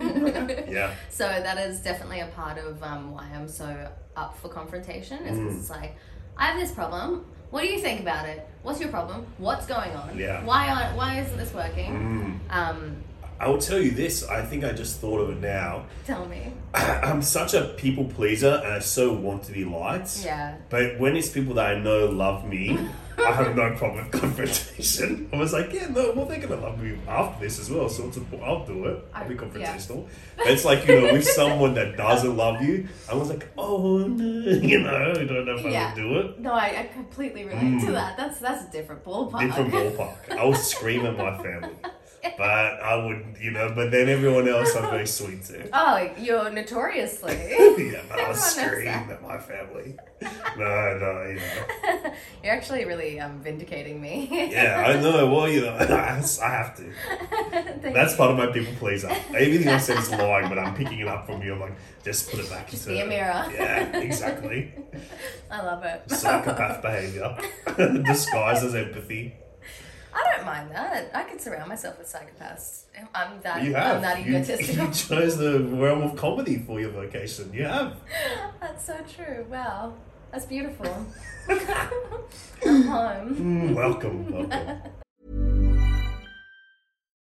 B: Yeah.
G: So that is definitely a part of um, why I'm so up for confrontation. Is 'cause
B: Mm.
G: it's like I have this problem. What do you think about it? What's your problem? What's going on?
B: Yeah. Mm.
G: Why aren't? Why isn't this working? Um,
B: I will tell you this. I think I just thought of it now.
G: tell me.
B: I'm such a people pleaser, and I so want to be liked.
G: Yeah.
B: But when it's people that I know love me, I have no problem with confrontation. I was like, yeah, no, well, they're gonna love me after this as well, so it's a, I'll do it. I'll be confrontational. But it's like you know, with someone that doesn't love you, I was like, oh, no, you know, I don't know if I
G: Yeah.
B: will do it.
G: No, I, I completely relate to
B: Mm.
G: that. That's that's a different ballpark.
B: Different ballpark. I will scream at my family, but I would, you know. But then everyone else, I'm very sweet to.
G: Oh, you're notoriously.
B: Yeah, but I will
G: Everyone knows
B: scream
G: that.
B: at my family. No, Uh, no, you know.
G: You're actually really um, vindicating me.
B: Yeah, I know. Well, you know, I have to.
G: Thank
B: That's
G: you.
B: part of my people pleaser. Everything I said is lying, but I'm picking it up from you. I'm like, just put it back into
G: be a mirror.
B: Yeah, exactly.
G: I love it.
B: Psychopath behavior disguised as empathy.
G: I don't mind that. I could surround myself with psychopaths. I'm that.
B: you have.
G: I'm that
B: you,
G: egotistical.
B: you chose the realm of comedy for your vocation. You have.
G: That's so true. Wow, that's beautiful. I'm home.
B: Mm, welcome, welcome.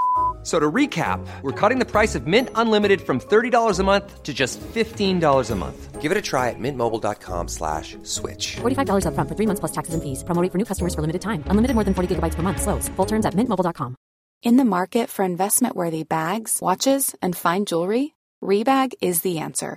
A: a-" So to recap, we're cutting the price of Mint Unlimited from $30 a month to just $15 a month. Give it a try at mintmobile.com slash switch.
I: $45 up front for three months plus taxes and fees. Promo rate for new customers for limited time. Unlimited more than 40 gigabytes per month. Slows. Full terms at mintmobile.com.
J: In the market for investment worthy bags, watches, and fine jewelry, Rebag is the answer.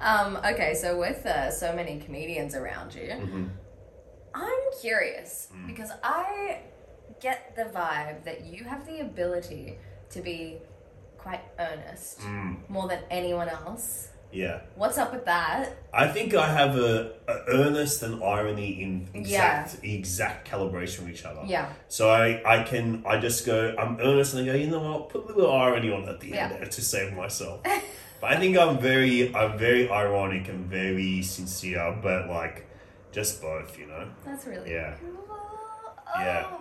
G: Um, okay, so with uh, so many comedians around you, I'm curious
B: Hmm.
G: because I get the vibe that you have the ability to be quite earnest
B: Mm.
G: more than anyone else.
B: Yeah.
G: What's up with that?
B: I think I have a, a earnest and irony in exact exact calibration with each other.
G: Yeah.
B: So I, I can I just go I'm earnest and I go you know what put a little irony on at the
G: Yeah.
B: end there to save myself. but I think I'm very I'm very ironic and very sincere, but like just both, you know.
G: That's really
B: Yeah.
G: cool.
B: Yeah. Mm-hmm.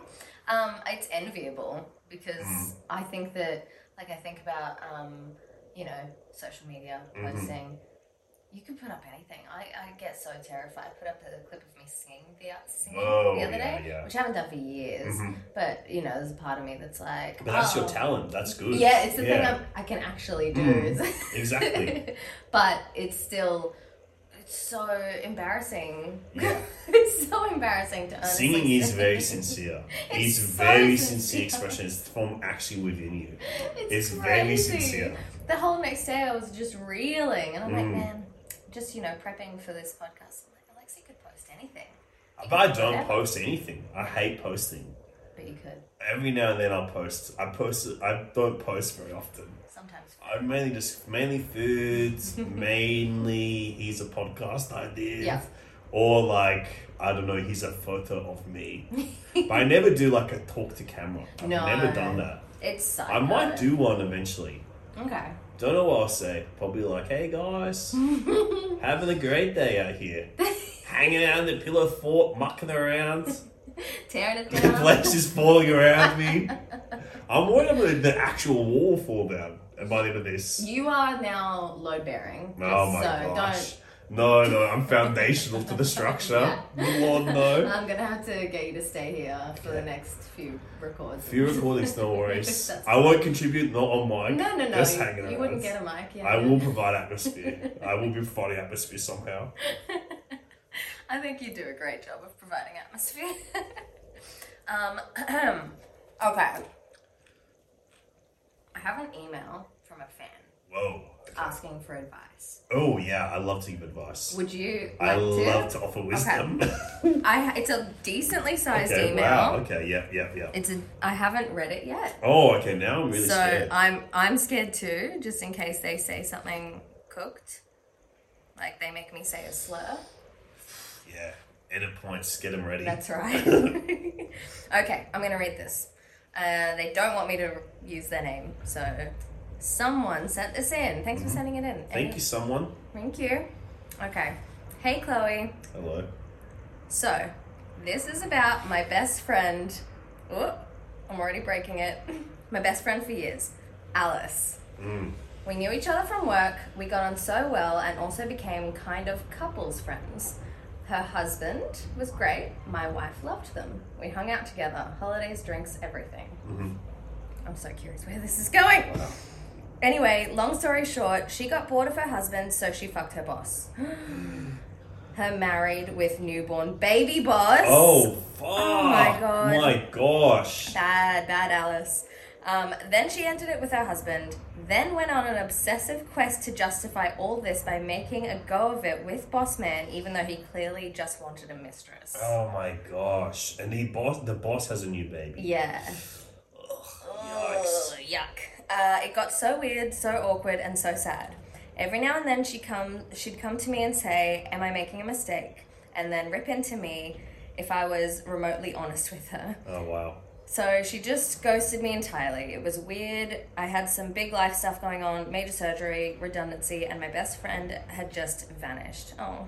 G: Um, it's enviable because I think that, like, I think about, um, you know, social media
B: Mm-hmm.
K: Mhm.
G: posting. You can put up anything. I, I get so terrified. I put up a clip of me singing the, singing
B: Oh,
G: the other
B: yeah,
G: day,
B: yeah.
G: which I haven't done for years.
B: Mhm.
G: But, you know, there's a part of me that's like.
B: But that's your
G: oh.
B: talent. That's good.
G: Yeah, it's the thing
B: Yeah.
G: I'm, I can actually do.
B: Mm, exactly.
G: but it's still it's so embarrassing.
B: Yeah.
G: it's so embarrassing to honestly
B: Singing is
G: say.
B: very sincere.
G: It's
B: It's,
G: so
B: very
G: sincere.
B: sincere, expression. It's from actually within you.
G: It's,
B: very
G: crazy.
B: sincere.
G: The whole next day I was just reeling, and I'm like,
B: Mm.
G: man, just you know, prepping for this
F: Uh,
G: podcast. I'm like, Alexa could post anything.
B: But I don't
G: Whatever.
B: post anything. I hate posting.
G: But you could.
F: Every now and then I'll post. I post. I don't post very often.
G: Sometimes.
F: I mainly just mainly foods. mainly, here's a podcast idea.
G: Yeah.
F: Or like I don't know. Here's a photo of me. but I never do like a talk to camera. I've
G: No.
F: never done that.
G: It's.
F: I might do one eventually.
G: Okay.
F: Don't know what I'll say. Probably like, hey guys, having a great day out here. Hanging out in the pillow fort, mucking around.
G: Tearing it
F: The
G: down.
F: place is falling around me. I'm worried I'm gonna- the actual wall will fall down by the end of this.
G: You are now load bearing.
F: Oh my
G: so
F: gosh. No, no, I'm foundational to the structure. Lord,
G: don't.
F: no.
G: I'm gonna have to get you to stay here for the next few records.
F: Few recordings, no worries.
G: That's
F: I won't contribute, not on mic.
G: No, no, no.
F: Just
G: you,
F: hanging around.
G: you wouldn't get a mic. Yeah.
F: I will provide atmosphere. I will be providing atmosphere somehow.
G: I think you do a great job of providing atmosphere. um, okay. I have an email from a fan
F: Whoa.
G: asking for advice.
F: Oh, yeah, I love to give advice.
G: Would you like
F: I
G: to?
F: love to offer wisdom.
G: I it's a decently sized
F: okay,
G: email.
F: wow. Okay, yeah, yeah, yeah.
G: It's a I haven't read it yet.
F: oh, okay, now I'm really
G: so
F: scared.
G: I'm I'm scared too, just in case they say something cooked. Like they make me say a slur.
F: Yeah, edit points, get them ready.
G: That's right. okay, I'm gonna read this. Uh, they don't want me to use their name, so someone sent this in. Thanks for sending it in.
F: Mm-hmm. Thank you, someone.
G: Thank you. Okay. Hey Chloe.
F: Hello.
G: So, this is about my best friend. Oh, I'm already breaking it. My best friend for years, Alice.
F: Mm.
G: We knew each other from work, we got on so well, and also became kind of couples friends. Her husband was great, my wife loved them. We hung out together, holidays, drinks, everything.
F: Mm-hmm.
G: I'm so curious where this is going. Anyway, long story short, she got bored of her husband, so she fucked her boss. her married with newborn baby boss.
F: Oh, fuck.
G: Oh my god.
F: My gosh.
G: Bad, bad Alice. Um, then she ended it with her husband, then went on an obsessive quest to justify all this by making a go of it with boss man, even though he clearly just wanted a mistress.
F: Oh my gosh. And the boss the boss has a new baby.
G: Yeah. Oh, yuck. Uh, it got so weird, so awkward, and so sad. Every now and then she come, she'd come to me and say, "Am I making a mistake?" and then rip into me if I was remotely honest with her.
F: Oh wow.
G: So she just ghosted me entirely. It was weird. I had some big life stuff going on, major surgery, redundancy, and my best friend had just vanished. Oh.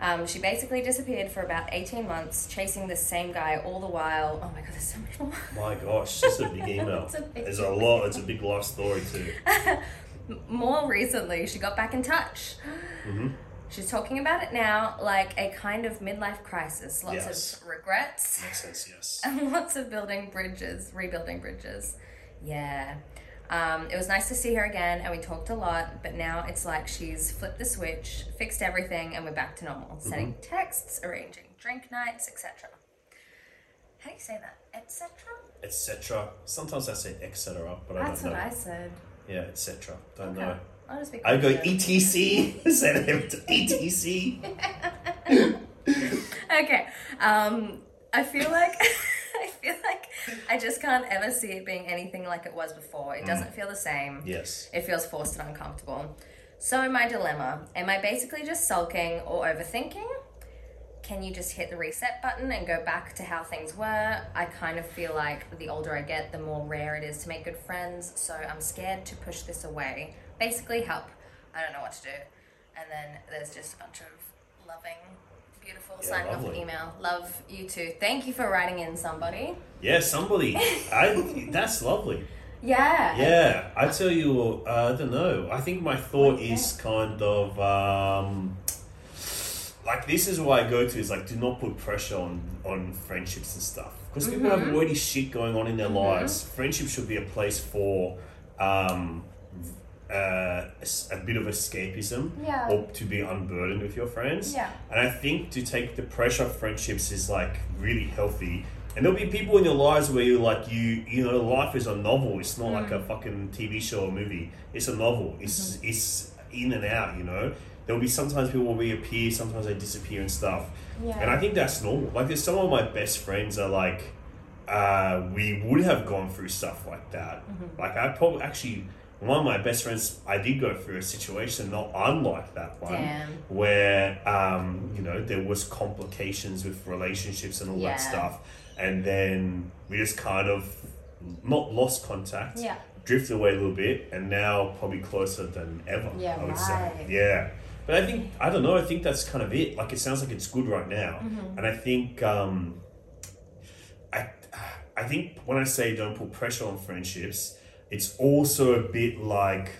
G: Um, she basically disappeared for about 18 months, chasing this same guy all the while. Oh my god, there's so much more.
F: My gosh, that's a big email.
G: It's a big
F: There's a lot, it's a big life story too.
G: More recently, she got back in touch.
F: hmm
G: She's talking about it now like a kind of midlife crisis. Lots
F: Yes.
G: of regrets.
F: Makes sense, yes.
G: And lots of building bridges, rebuilding bridges. Yeah. Um, it was nice to see her again and we talked a lot, but now it's like she's flipped the switch, fixed everything, and we're back to normal. Sending texts, arranging drink nights, etc. How do you say that? Etc.?
F: Etc. Sometimes I say etc. but I
G: That's
F: don't
G: what
F: know.
G: I said.
F: Yeah, etc. Don't
G: Okay.
F: know.
G: I'll just be
F: I go E
G: confident.
F: ETC. Send him E to ETC.
G: okay. Um, I feel like I feel like I just can't ever see it being anything like it was before. It doesn't
F: Mm.
G: feel the same.
F: Yes.
G: It feels forced and uncomfortable. So my dilemma: Am I basically just sulking or overthinking? Can you just hit the reset button and go back to how things were? I kind of feel like the older I get, the more rare it is to make good friends, so I'm scared to push this away. Basically, help. I don't know what to do. And then there's just a bunch of loving, beautiful
F: Yeah,
G: signing off
F: lovely.
G: email. Love you too. Thank you for writing in somebody.
F: Yeah, somebody. I that's lovely.
G: Yeah.
F: Yeah, I tell you, uh, I don't know. I think my thought is kind of um, like this is why I go to is like do not put pressure on on friendships and stuff because people have
G: Mm-hmm.
L: Mhm.
F: already shit going on in their
L: Mhm.
F: lives. Friendship should be a place for. Um, uh, s- a bit of escapism
L: Yeah.
F: or to be unburdened with your friends
L: Yeah.
F: and I think to take the pressure of friendships is like really healthy. And there'll be people in your lives where you like you you know life is a novel. It's not
L: Mm.
F: like a fucking TV show or movie. It's a novel. It's
L: Mm-hmm.
F: it's in and out. You know there'll be sometimes people will reappear, sometimes they disappear and stuff.
L: Yeah.
F: And I think that's normal. Like there's some of my best friends are like uh, we would have gone through stuff like that.
M: Mm-hmm.
F: Like I probably actually one of my best friends, I did go through a situation not unlike that one,
M: Damn.
F: where um, you know there was complications with relationships and all
M: Yeah.
F: that stuff, and then we just kind of not lost contact,
M: Yeah.
F: drifted away a little bit, and now probably closer than ever.
M: Yeah,
F: I would
M: right.
F: say, yeah. But I think I don't know. I think that's kind of it. Like it sounds like it's good right now,
M: Mhm.
F: and I think um, I I think when I say don't put pressure on friendships, it's also a bit like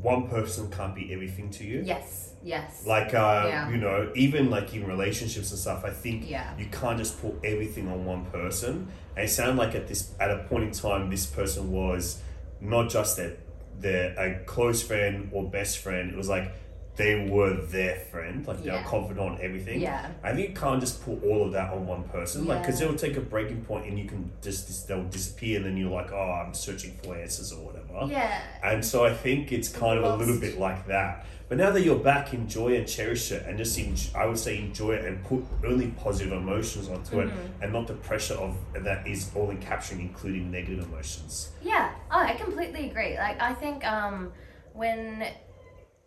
F: one person can't be everything to you.
M: Yes. Yes.
F: Like uh,
M: Yeah.
F: you know, even like in relationships and stuff, I think
M: Yeah.
F: you can't just put everything on one person. And it sounded like at this at a point in time, this person was not just their their a close friend or best friend. It was like they were their friend, like they were
M: Yeah.
F: confidant on everything.
M: Yeah.
F: I think you can't just put all of that on one person, like because
M: Yeah.
F: it'll take a breaking point and you can just dis- they'll disappear, and then you're like, oh, I'm searching for answers or whatever.
M: Yeah.
F: And so I think it's kind of a little bit like that. But now that you're back, enjoy and cherish it, and just enj- I would say enjoy it and put only positive emotions onto it,
G: Mhm.
F: and not the pressure of that is all encapturing, including negative emotions.
G: Yeah, oh, I completely agree. Like, I think um, when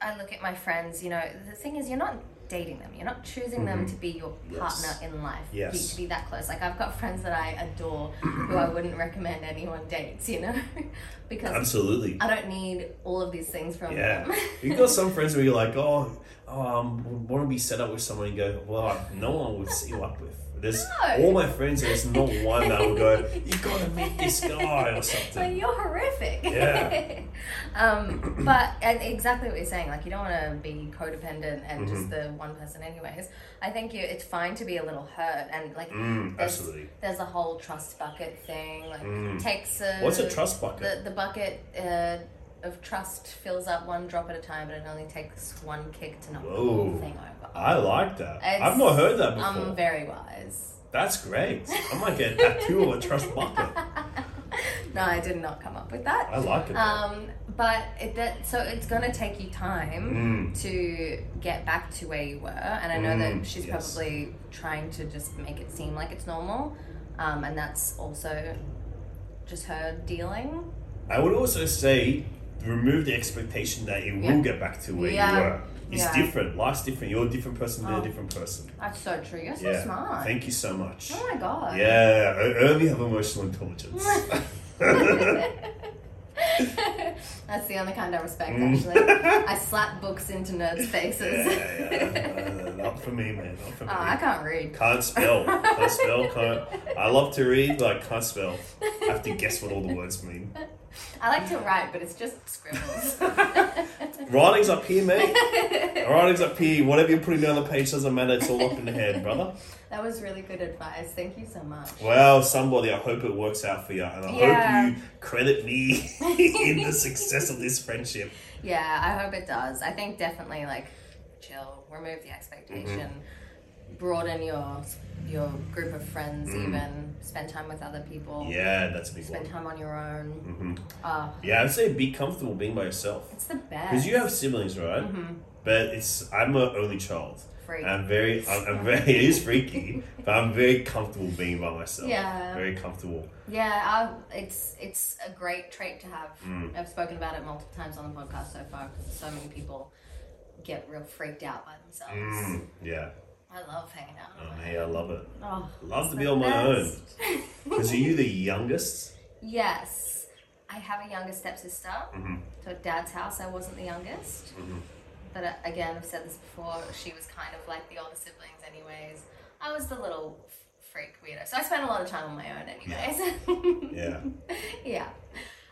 G: I look at my friends, you know, the thing is, you're not dating them, you're not choosing them
M: Mhm.
G: to be your
M: Yes.
G: partner in life, to be-
M: Yes.
G: to be that close. Like, I've got friends that I adore who I wouldn't recommend anyone dates, you know? because
F: Absolutely.
G: I don't need all of these things from
F: Yeah,
G: them.
F: you got some friends where you're like, oh, oh um, want to be set up with someone and go, well, I- no one would set you up with. There's
G: No.
F: all my friends, there's not one that would go, you gotta meet this guy or
G: Like,
F: something.
G: you're horrific.
F: Yeah.
G: um, but and exactly what you're saying, like you don't want to be codependent and just
F: Mm-hmm.
M: Mhm.
G: the one person, anyways. I think you, it's fine to be a little hurt and like.
M: Mm,
G: there's-
M: absolutely.
G: There's a whole trust bucket thing. Like
M: Mm.
G: takes a.
M: What's a trust bucket?
G: The, the bucket uh, of trust fills up one drop at a time, but it only takes one kick to knock the whole
F: Whoa.
G: thing over.
F: I like that.
G: It's- um,
F: I've not heard that before.
G: I'm very wise.
F: That's great. I might get a tattoo of a trust bucket.
G: No, I did not come up with that.
F: I like it, though.
G: Um, but it, that so it's gonna take you time
M: Mm.
G: to get back to where you were, and I know
M: Mm,
G: that she's
M: yes.
G: probably trying to just make it seem like it's normal, um, and that's also just her dealing.
F: I would also say remove the expectation that it will
G: Yeah.
F: get back to where
G: Yeah.
F: you were. It's
G: Yeah.
F: different. Life's different. You're a different person. They're
G: Oh.
F: a different person.
G: That's so true. You're so
F: yeah.
G: smart.
F: Thank you so much.
G: Oh my god.
F: Yeah, I only have emotional intelligence. Uh,
G: That's the only kind I respect.
F: Mm.
G: Actually, I slap books into nerds' faces.
F: Yeah, yeah. Uh, not for me, man. Not for
G: Oh,
F: me.
G: I can't read.
F: Can't spell. Can't spell. Can't. I love to read, but I can't spell. I have to guess what all the words mean.
G: I like to write, but it's just scribbles.
F: Writing's up here, mate. Writing's up here. Whatever you're putting down the page doesn't matter. It's all up in the head, brother.
G: that was really good advice. Thank you so much.
F: Well, somebody, I hope it works out for you, and I
G: Yeah.
F: hope you credit me in the success of this friendship.
G: Yeah, I hope it does. I think definitely like chill, remove the expectation,
F: Mm-hmm.
G: broaden your your group of friends,
F: Mm.
G: even spend time with other people.
F: Yeah, that's a big
G: Spend
F: one.
G: time on your own.
F: hmm
G: Oh,
F: Yeah, I'd say be comfortable being by yourself.
G: it's the best.
F: Because you have siblings, right?
G: Mhm.
F: But it's I'm an only child.
G: Freak.
F: I'm very, I'm, I'm very. It is freaky, but I'm very comfortable being by myself.
G: Yeah.
F: Very comfortable.
G: Yeah, I, it's it's a great trait to have.
F: Mm.
G: I've spoken about it multiple times on the podcast so far because so many people get real freaked out by themselves.
F: Mm, yeah.
G: I love hanging out.
F: Oh, hey, I love it.
G: Oh,
F: love
G: it's
F: to
G: the
F: be on my own.
G: best.
F: Because are you the youngest?
G: Yes, I have a younger stepsister.
B: Mm-hmm.
F: Mhm.
G: So at dad's house, I wasn't the youngest.
F: Mhm.
G: But uh, again, I've said this before, she was kind of like the older siblings, anyways. I was the little f- freak weirdo. So I spent a lot of time on my own, anyways.
F: Yeah.
G: yeah.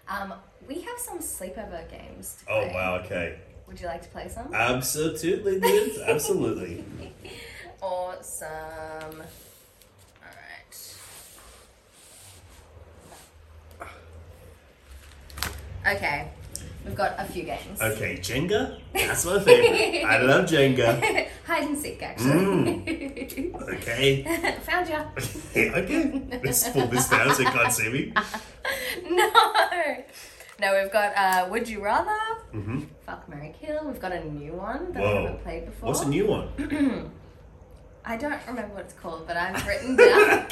G: Um, we have some sleepover games. To
F: Oh
G: play.
F: wow. Okay.
G: Would you like to play some?
F: Absolutely, dude. Absolutely.
G: Awesome. Alright. Okay. We've got a few games.
F: Okay, Jenga. That's my favorite. I love Jenga.
G: Hide and seek, actually.
F: Mm. Okay.
G: Found ya.
F: okay. Let's pull this down so you can't see me.
G: No. No, we've got uh, Would You Rather,
F: Mm-hmm.
G: Fuck Mary Kill. We've got a new one that I
F: Whoa.
G: haven't played before.
F: What's a new one?
G: um, I don't remember what it's called, but I've written down.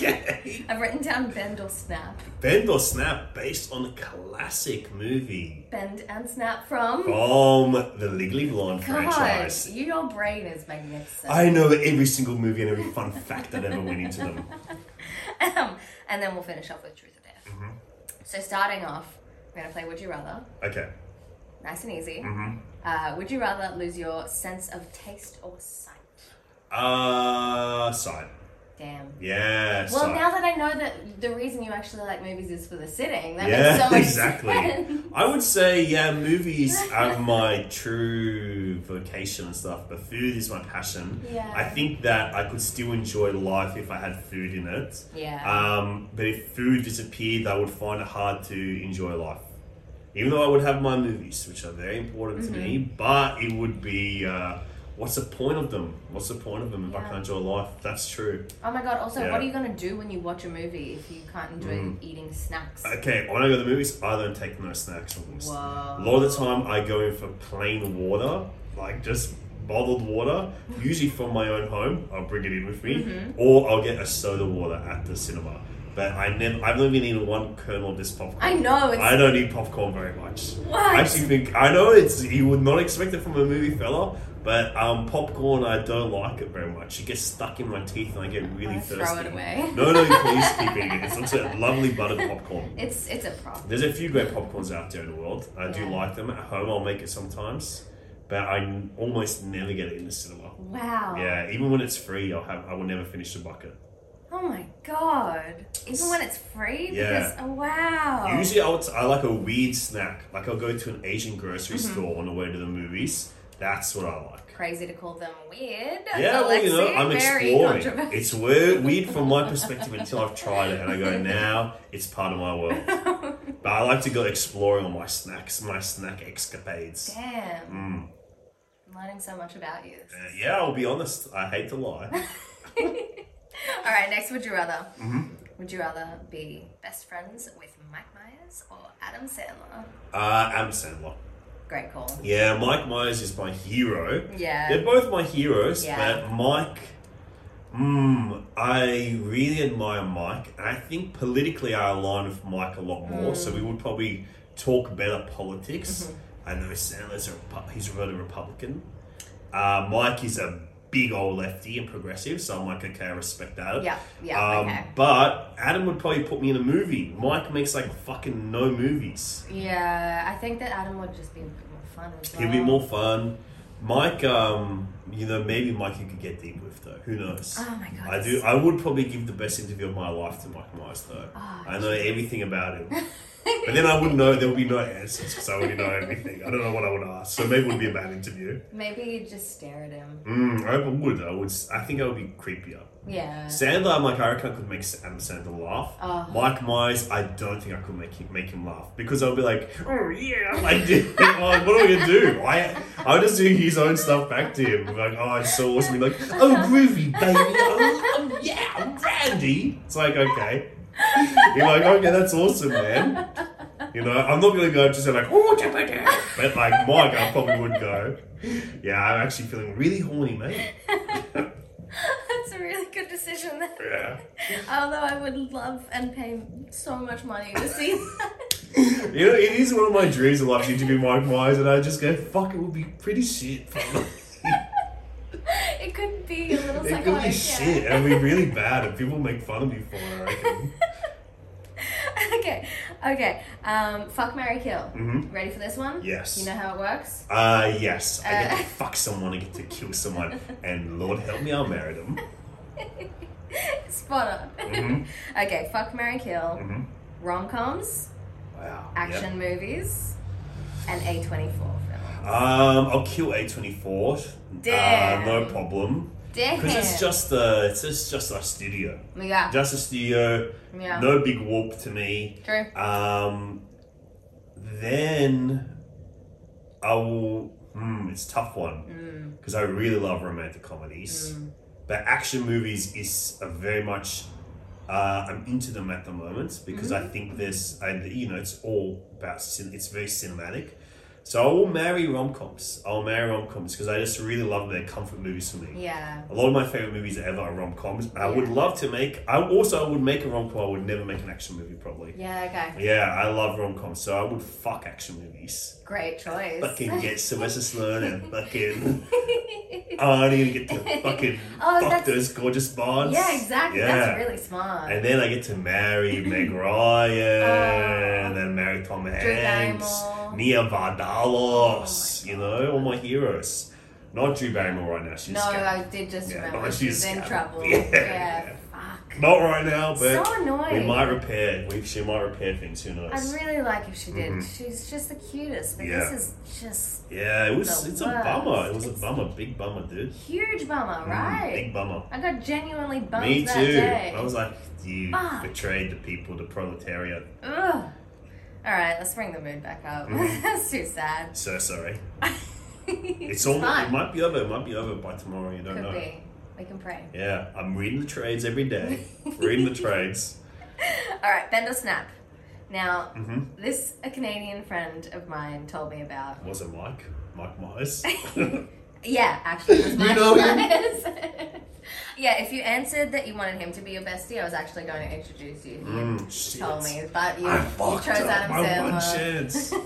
G: I've written down bend or snap.
F: Bend or Snap, based on a classic movie
G: Bend and snap from.
F: from the Legally Blonde
G: God,
F: franchise.
G: your brain is magnificent.
F: I know every single movie and every fun fact that ever went into them.
G: Um, and then we'll finish off with truth or death.
F: Mhm.
G: So starting off, we're gonna play Would You Rather.
F: Okay.
G: Nice and easy.
F: Mhm.
G: Uh, would you rather lose your sense of taste or sight?
F: Uh, sight.
G: Damn.
F: Yeah,
G: Well,
F: sight.
G: now that I know that the reason you actually like movies is for the sitting, that
F: yeah,
G: makes so much
F: exactly.
G: sense.
F: I would say, yeah, movies are my true vocation and stuff, but food is my passion.
G: Yeah.
F: I think that I could still enjoy life if I had food in it.
G: Yeah.
F: Um, but if food disappeared, I would find it hard to enjoy life. Even though I would have my movies, which are very important to me,
G: Mm-hmm.
F: but it would be uh, what's the point of them? What's the point of them if I
G: Yeah.
F: can't enjoy life? That's true.
G: Oh my god! Also,
F: Yeah.
G: what are you gonna do when you watch a movie if you can't enjoy
F: Mm.
G: eating snacks?
F: Okay, when I go to the movies, I don't take no snacks with me.
G: Whoa.
F: A lot of the time, I go in for plain water, like just bottled water, usually from my own home. I'll bring it in with me,
G: Mhm.
F: or I'll get a soda water at the cinema. But I never, I've only eaten one kernel of this popcorn.
G: I know, it's-
F: I don't eat popcorn very much.
G: What?
F: I actually think I know it's you would not expect it from a movie fella, but um, popcorn I don't like it very much. It gets stuck in my teeth and I get really
G: throw
F: thirsty.
G: it away.
F: No, no, please keep eating it. It's such a lovely buttered popcorn.
G: It's it's a problem.
F: There's a few great popcorns out there in the world. I do
G: Yeah.
F: like them. At home, I'll make it sometimes, but I n- almost never get it in the cinema.
G: Wow.
F: Yeah, even when it's free, I'll have. I will never finish the bucket.
G: Oh my god! Even when it's free,
F: Yeah.
G: because oh, wow.
F: Usually, I'll t- I like a weird snack. Like I'll go to an Asian grocery
G: Mhm.
F: store on the way to the movies. That's what I like.
G: crazy to call them weird.
F: Yeah, well, you know,
G: Alexi,
F: I'm
G: very
F: exploring.
G: controversial.
F: It's weird, weird from my perspective until I've tried it, and I go, now it's part of my world. But I like to go exploring on my snacks, my snack escapades.
G: Damn,
F: Mm.
G: I'm learning so much about you.
F: Yeah, I'll be honest. I hate to lie.
G: All right, next, would you rather?
F: Mhm.
G: Would you rather be best friends with Mike Myers or Adam Sandler?
F: Uh, Adam Sandler.
G: Great call.
F: Yeah, Mike Myers is my hero.
G: Yeah.
F: They're both my heroes,
G: Yeah.
F: but Mike. Mm, I really admire Mike, and I think politically I align with Mike a lot more.
G: Mm. Mm-hmm.
F: So we would probably talk better politics. I know Sandler's a Repu- he's a Republican. Uh, Mike is a big old lefty and progressive, so I'm like, okay, I respect that. Um,
G: Yeah, yeah, okay.
F: But Adam would probably put me in a movie. Mike makes like fucking no movies.
G: Yeah, I think that Adam would just be a bit more fun as well.
F: It'd be more fun. Mike, um, you know, maybe Mike you could get deep with though. Who knows?
G: Oh my God,
F: I do. I would probably give the best interview of my life to Mike Myers though.
G: Oh,
F: I know everything about him, but then I wouldn't know. There would be no answers because I already know everything. I don't know what I would ask, so maybe it would be a bad interview.
G: Maybe you just stare at him.
F: Mm, I would. I would. I think I would be creepier.
G: Yeah.
F: Sandler, I'm like, I reckon I could make Adam Sandler laugh.
G: Oh.
F: Mike Myers, I don't think I could make him, make him laugh because I'll be like, oh yeah, I did. oh, what am I gonna do? I I would just do his own stuff back to him. Like, oh, it's so awesome. He'd be like, oh groovy baby, oh, oh, yeah, Randy. It's like okay. You're like, okay, that's awesome, man. You know, I'm not gonna go just like, oh, jabba-jabba. but like Mike, I probably would go. Yeah, I'm actually feeling really horny, mate.
G: That's a really good decision. then.
F: Yeah.
G: Although I would love and pay so much money to see that.
F: You know, it is one of my dreams of life to interview Mike Myers, and I just go, fuck, it would be pretty shit.
G: It could be a little
F: it
G: psychotic.
F: could be
G: oh, yeah.
F: shit, and it'd be really bad, and people make fun of me for it, I reckon.
G: okay, okay. Um, fuck Mary Kill.
F: Mhm.
G: Ready for this one?
F: Yes.
G: You know how it works?
F: Uh, yes, I get
G: Uh.
F: to fuck someone, I get to kill someone, and Lord help me, I'll marry them.
G: Spot on.
F: Mhm.
G: okay, fuck Mary Kill.
F: Mhm.
G: Rom coms.
F: Wow.
G: Action movies. And A24 film.
F: Um, I'll kill A24.
G: Damn.
F: Uh, no problem.
G: Damn.
F: Because it's just the, it's just, just our studio.
G: Yeah.
F: Just a studio.
G: Yeah.
F: No big warp to me.
G: True.
F: Um, then I will. Mm, it's a tough one because I really love romantic comedies, but action movies is a very much. Uh, I'm into them at the moment because I think this, I, you know, it's all about. cin- It's very cinematic. So I will marry rom coms. I'll marry rom coms because I just really love them. They're comfort movies for me.
G: Yeah.
F: A lot of my favorite movies ever are rom coms. I would love to make. I also I would make a rom com. I would never make an action movie probably.
G: Yeah, okay.
F: Yeah, I love rom coms. So I would fuck action movies.
G: Great choice.
F: Fucking get Sylvester Stallone and fucking Arnie and get to fucking
G: Oh,
F: fuck
G: that's-
F: those gorgeous bonds.
G: Yeah, exactly. That's really smart.
F: And then I get to marry Meg Ryan,
G: Uh,
F: and then marry Tom Hanks, Nia
G: Oh
F: Vardalos, you know, all my heroes. Not Drew Barrymore right now. She's
G: no,
F: scared.
G: I did just
F: Yeah,
G: remember.
F: no,
G: she's,
F: she's
G: in
F: scared.
G: trouble.
F: Yeah.
G: Yeah.
F: Not right now, but
G: So annoying.
F: we might repair. We, she might repair things. Who knows?
G: I'd really like if she did.
F: Mhm.
G: She's just the cutest. But
F: Yeah.
G: this is just
F: yeah, it was.
G: the
F: It's a
G: worst.
F: bummer. It was a bummer. Big bummer, dude.
G: Huge bummer,
F: Mm,
G: right?
F: big bummer.
G: I got genuinely bummed
F: Me
G: that
F: too.
G: day.
F: I was like, you
G: Fuck.
F: betrayed the people, the proletariat.
G: Ugh. All right, let's bring the mood back up.
F: Mhm.
G: That's too sad.
F: So sorry. It's
G: it's
F: almost. It
G: fine.
F: might be over. It might be over by tomorrow. You don't
G: Could
F: know.
G: be. We can pray.
F: Yeah, I'm reading the trades every day. reading the trades.
G: All right, bend or snap. Now,
F: Mhm.
G: this a Canadian friend of mine told me about.
F: Was it Mike? Mike Myers.
G: Yeah, actually, it was
F: You
G: my
F: know him?
G: yeah, if you answered that you wanted him to be your bestie, I was actually going to introduce you. He
F: Mm,
G: told me, but you,
F: I
G: you
F: fucked
G: chose
F: up
G: Adam
F: my
G: Sandler.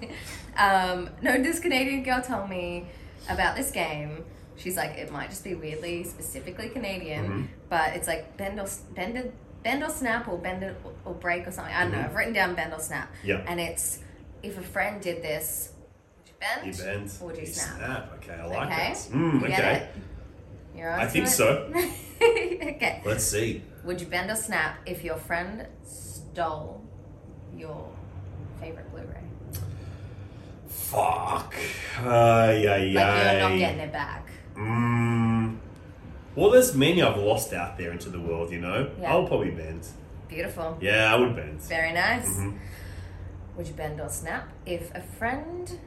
F: chance.
G: Um, no, this Canadian girl told me about this game. She's like, it might just be weirdly specifically Canadian,
F: Mm-hmm.
N: Mhm.
G: but it's like bend or bend or, bend or snap or bend or, or break or something. I don't know.
F: Mm-hmm.
N: Mhm.
G: I've written down bend or snap,
N: Yeah.
G: and it's if a friend did this, would you bend?
F: You bend.
G: Or would you, snap?
F: Okay, I like
G: Okay.
F: it. Mm,
G: You
F: okay.
G: get You're
F: I
G: onto
F: think
G: it?
F: so.
G: okay.
F: Let's see.
G: Would you bend or snap if your friend stole your favorite Blu-ray?
F: Fuck. Ay, ay,
G: Like you're
F: ay.
G: not getting it back.
F: Mm. Well, there's many I've lost out there into the world, you know?
G: Yeah.
F: I'll probably bend.
G: Beautiful.
F: Yeah, I would bend.
G: Very nice.
F: Mhm.
G: Would you bend or snap if a friend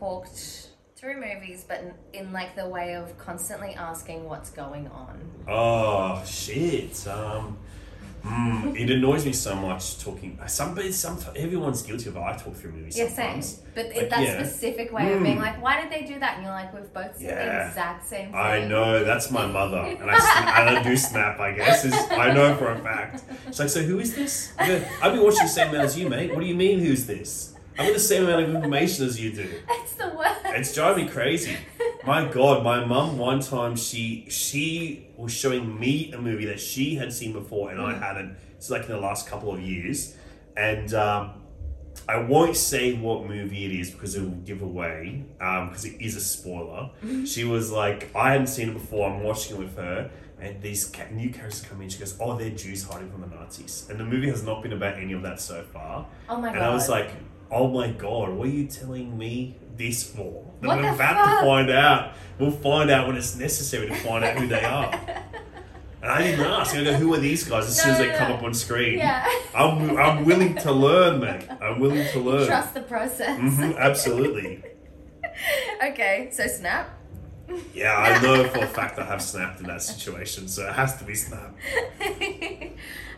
G: talked through movies, but in, in like the way of constantly asking what's going on?
F: Oh, shit. Um, mm, it annoys me so much talking. Somebody, some, everyone's guilty of it. I talk through movies
G: Yeah, same.
F: sometimes.
G: But it-
F: Like,
G: that
F: yeah.
G: specific way of
F: Mm.
G: being like, why did they do that? And you're like, we've both seen the
F: Yeah.
G: exact same thing.
F: I know that's my mother, and I, sna- and I do snap. I guess is I know for a fact. She's like, so who is this? I go, I've been watching the same amount as you, mate. What do you mean, who's this? I've got the same amount of information as you do.
G: That's the worst.
F: It's driving me crazy. My God, my mum one time she she was showing me a movie that she had seen before and I
O: Mm.
F: hadn't. It's like in the last couple of years, and um, I won't say what movie it is because it will give away because it is a spoiler.
G: Mm-hmm.
F: she was like, I hadn't seen it before. I'm watching it with her. And these ca- new characters come in. She goes, "Oh, they're Jews hiding from the Nazis." And the movie has not been about any of that so far.
G: Oh my
F: And I was
G: God.
F: like, "Oh my god, what are you telling me this for?" That
G: What
F: we're
G: the
F: about
G: fuck?
F: to find out. We'll find out when it's necessary to find out who they are. And I didn't ask. I go, "Who are these guys?" As soon as they come up on screen,
G: Yeah.
F: I'm I'm willing to learn, mate. I'm willing to learn.
G: Trust the process.
F: Mhm, absolutely. Mm-hmm.
G: okay, so snap.
F: Yeah, I know for a fact I have snapped in that situation, so it has to be snapped.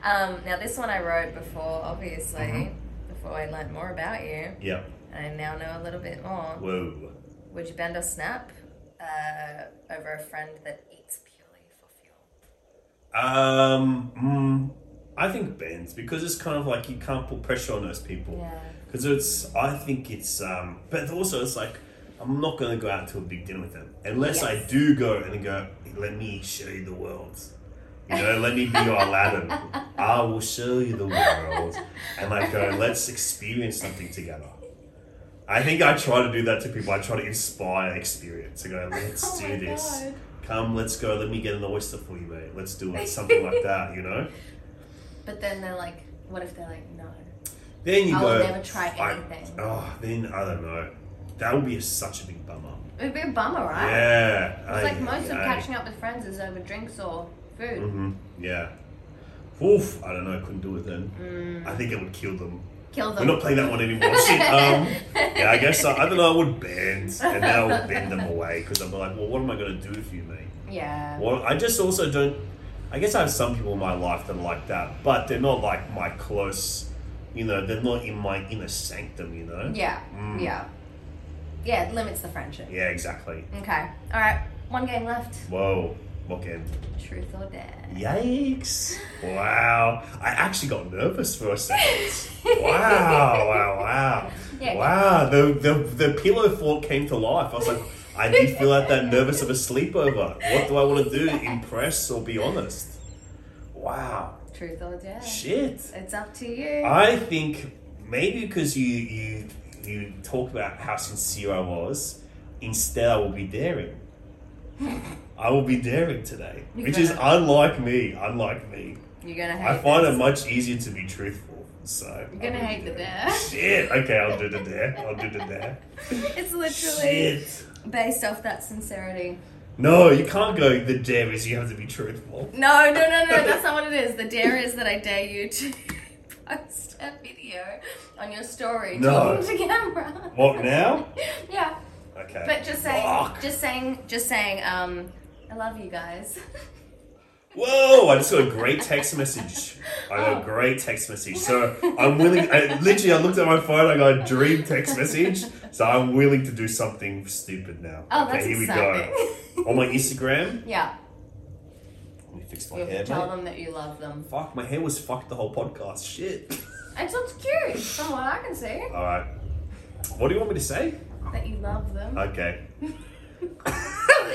G: Um, now, this one I wrote before, obviously,
F: Mhm.
G: before I learned more about you.
F: Yeah.
G: And I now know a little bit more.
F: Whoa.
G: Would you bend or snap uh, over a friend that eats purely for
F: Um, mm, I think Ben's because it's kind of like you can't put pressure on those people
G: Yeah.
F: because it's. I think it's. Um, but also it's like I'm not going to go out to a big dinner with them unless I
G: Yes.
F: do go and go. Let me show you the world. You know, let me be your Aladdin. I will show you the world, and like go. Let's experience something together. I think I try to do that to people. I try to inspire experience. I go, let's
G: Oh my
F: do this.
G: God.
F: Come, let's go. Let me get an oyster for you, mate. Let's do it. Something like that, you know?
G: But then they're like, what if they're like, no?
F: Then you
G: I
F: go.
G: will never try
F: I-
G: anything.
F: oh, then I don't know. That would be such a big bummer.
G: It would be a bummer, right?
F: Yeah.
G: Ah. It's
F: Aye,
G: like most of
F: aye.
G: catching up with friends is over drinks or food.
F: hmm Yeah. Oof, I don't know. I couldn't do it then.
G: Mm.
F: I think it would kill them.
G: Kill them.
F: We're not playing that one anymore. Shit. Um, yeah, I guess I, I don't know. I would bend, and then I would bend them away because I'm like, well, what am I going to do for you, mate?
G: Yeah.
F: Well, I just also don't. I guess I have some people in my life that are like that, but they're not like my close You know, they're not in my inner sanctum. You know.
G: Yeah,
F: Mm.
G: yeah. Yeah, it limits the friendship.
F: Yeah. Exactly.
G: Okay. All right. One game left.
F: Whoa. What game?
G: Truth or dare?
F: Yikes! Wow. I actually got nervous for a second. wow! Wow! Wow!
G: Yeah.
F: Wow! The, the the pillow fort came to life. I was like, I did feel like that nervous of a sleepover. What do I want to do? Impress or be honest? Wow.
G: Truth or dare?
F: Shit.
G: It's up to you.
F: I think maybe because you you you talk about how sincere I was, instead I will be daring. I will be daring today,
G: You
F: which is
G: gotta-
F: unlike me. Unlike me,
G: You're gonna hate.
F: I find
G: this.
F: it much easier to be truthful. So
G: You're gonna
F: I will
G: hate
F: be
G: the
F: daring.
G: dare.
F: Shit. Okay, I'll do the dare. I'll do the dare.
G: It's literally
F: Shit.
G: based off that sincerity.
F: No, you can't go. The dare is you have to be truthful.
G: No, no, no, no. That's not what it is. The dare is that I dare you to post a video on your story
F: No.
G: talking to camera.
F: What now?
G: yeah.
F: Okay.
G: But just saying,
F: Fuck.
G: just saying, just saying. Um, I love you guys.
F: Whoa! I just got a great text message. I
G: Oh.
F: got a great text message. So I'm willing. I, literally, I looked at my phone. I got a dream text message. So I'm willing to do something stupid now.
G: Oh, that's exciting.
F: we go. On my Instagram.
G: yeah.
F: Let me fix my
G: You
F: hair,
G: have to tell
F: mate.
G: them that you love them.
F: Fuck, my hair was fucked the whole podcast. Shit.
G: It sounds cute, from what I can see,
F: All right. What do you want me to say?
G: that you love them.
F: Okay.
G: yuck!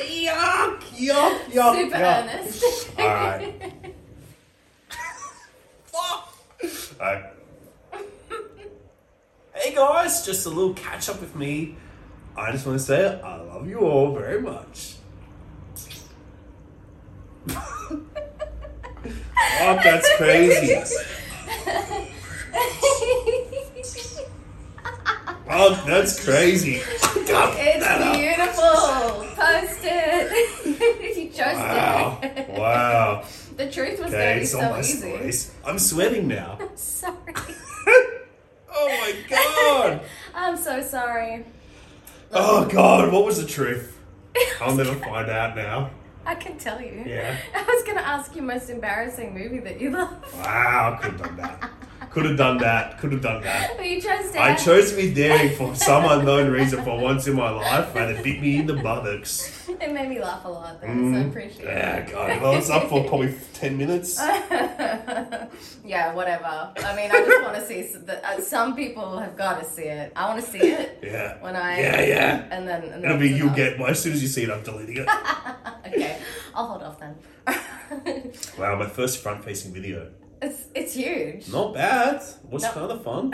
F: Yuck! Yuck!
G: Super
F: yuck.
G: earnest.
F: All right. All right. Hey guys, just a little catch up with me. I just want to say I love you all very much. Fuck, that's crazy. Oh, that's crazy.
G: It's beautiful. Post it. you chose
F: Wow.
G: it.
F: Wow.
G: The truth was
F: Okay,
G: going
F: it's
G: so
F: on my
G: easy.
F: stories. I'm sweating now.
G: I'm sorry.
F: oh my god.
G: I'm so sorry.
F: Oh god, what was the truth? I'll never find out now.
G: I can tell you.
F: Yeah.
G: I was going to ask you most embarrassing movie that you love,
F: Wow, could have done that. Could have done that. Could have done that.
G: but you chose to.
F: I chose to be daring for some unknown reason for once in my life, and it bit me in the buttocks.
G: It made me laugh a lot, though, so I
F: Mm.
G: appreciate
F: Yeah,
G: it.
F: God. Well, it's up for probably 10 minutes.
G: yeah, whatever. I mean, I just want to see. s- The, uh, some people have got to see it. I want to see it.
F: Yeah.
G: When I
F: Yeah, yeah.
G: And then and
F: It'll
G: then
F: be
G: it's
F: you'll
G: enough.
F: get. Well, as soon as you see it, I'm deleting it.
G: Okay, I'll hold off then.
F: Wow, my first front-facing video.
G: It's it's huge.
F: Not bad. Was
G: No.
F: kind of fun.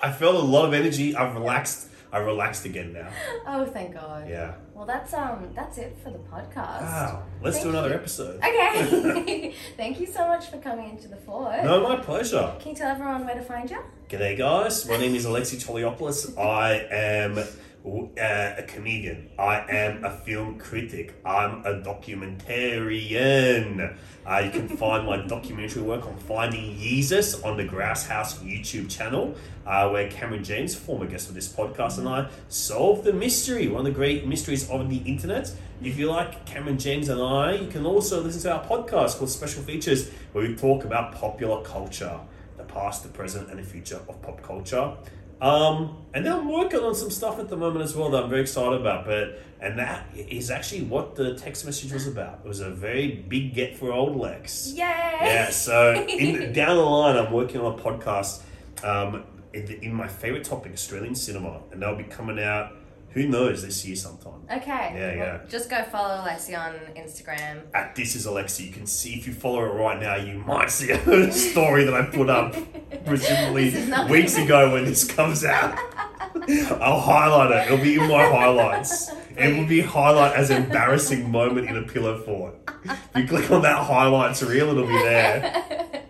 F: I felt a lot of energy. I've relaxed. I relaxed again now.
G: Oh, thank God.
F: Yeah. Ah.
G: Well, that's um that's it for the podcast.
F: Wow. Let's
G: Thank
F: do another
G: you.
F: episode.
G: Okay. thank you so much for coming into the fort.
F: No, my pleasure.
G: Can you tell everyone where to find you?
F: G'day, guys. My name is Alexi Toliopoulos. I am uh, a comedian. I am a film critic. I'm a documentarian. Uh, you can find my documentary work on Finding Jesus on the Grouse House YouTube channel, uh, where Cameron James, former guest of this podcast, and I solve the mystery, one of the great mysteries of the internet. If you like Cameron James and I, you can also listen to our podcast called Special Features, where we talk about popular culture the past, the present, and the future of pop culture. Um, and then I'm working on some stuff at the moment as well that I'm very excited about. But and that is actually what the text message was about. It was a very big get for old Lex.
G: Yay!
F: Yeah. So in, down the line, I'm working on a podcast um, in, in my favorite topic, Australian cinema, and they'll be coming out. Who knows this year sometime.
G: Okay.
F: Yeah, yeah.
G: Just go follow Alexi on Instagram.
F: At this is Alexa, you can see if you follow her right now, you might see a story that I put up presumably
G: This is not-
F: weeks ago when this comes out. I'll highlight it. It'll be in my highlights. It will be highlight as embarrassing moment in a pillow fort. If you click on that highlights reel, it'll be there.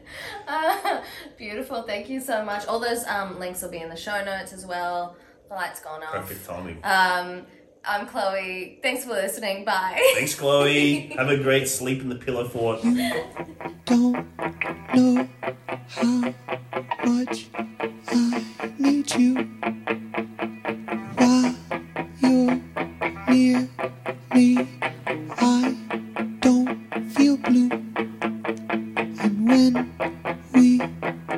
G: Ah, beautiful. Thank you so much. All those um, links will be in the show notes as well. The light's gone off.
F: Perfect timing.
G: Um, I'm Chloe. Thanks for listening. Bye.
F: Thanks, Chloe. Have a great sleep in the pillow fort.
H: don't know how much I need you. While you're near me, I don't feel blue. And when we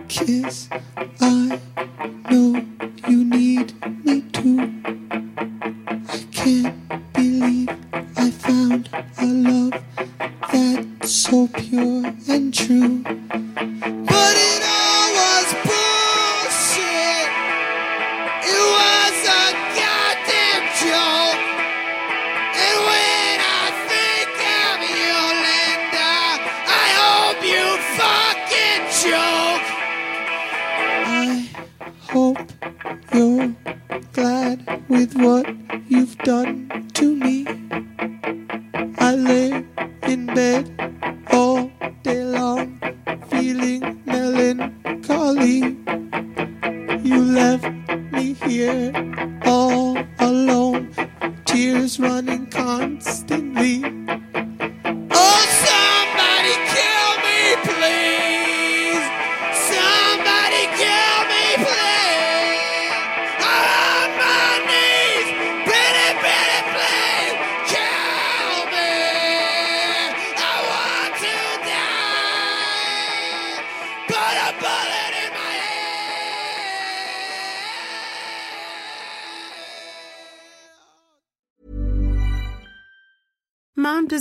H: kiss, too. I can't believe I found a love that's so pure and true. But it all was bullshit. It was a goddamn joke. And when I think of you, Linda, I hope you fucking choke. I hope you're glad with what you've done to me. I lay in bed all day long, feeling melancholy. You left me here all alone, tears running constantly. Oh, somebody kill me, please! Somebody kill me, please! I'm on my knees! Pity, pity, please! Kill me! I want to die! Put a bullet in my
C: Mom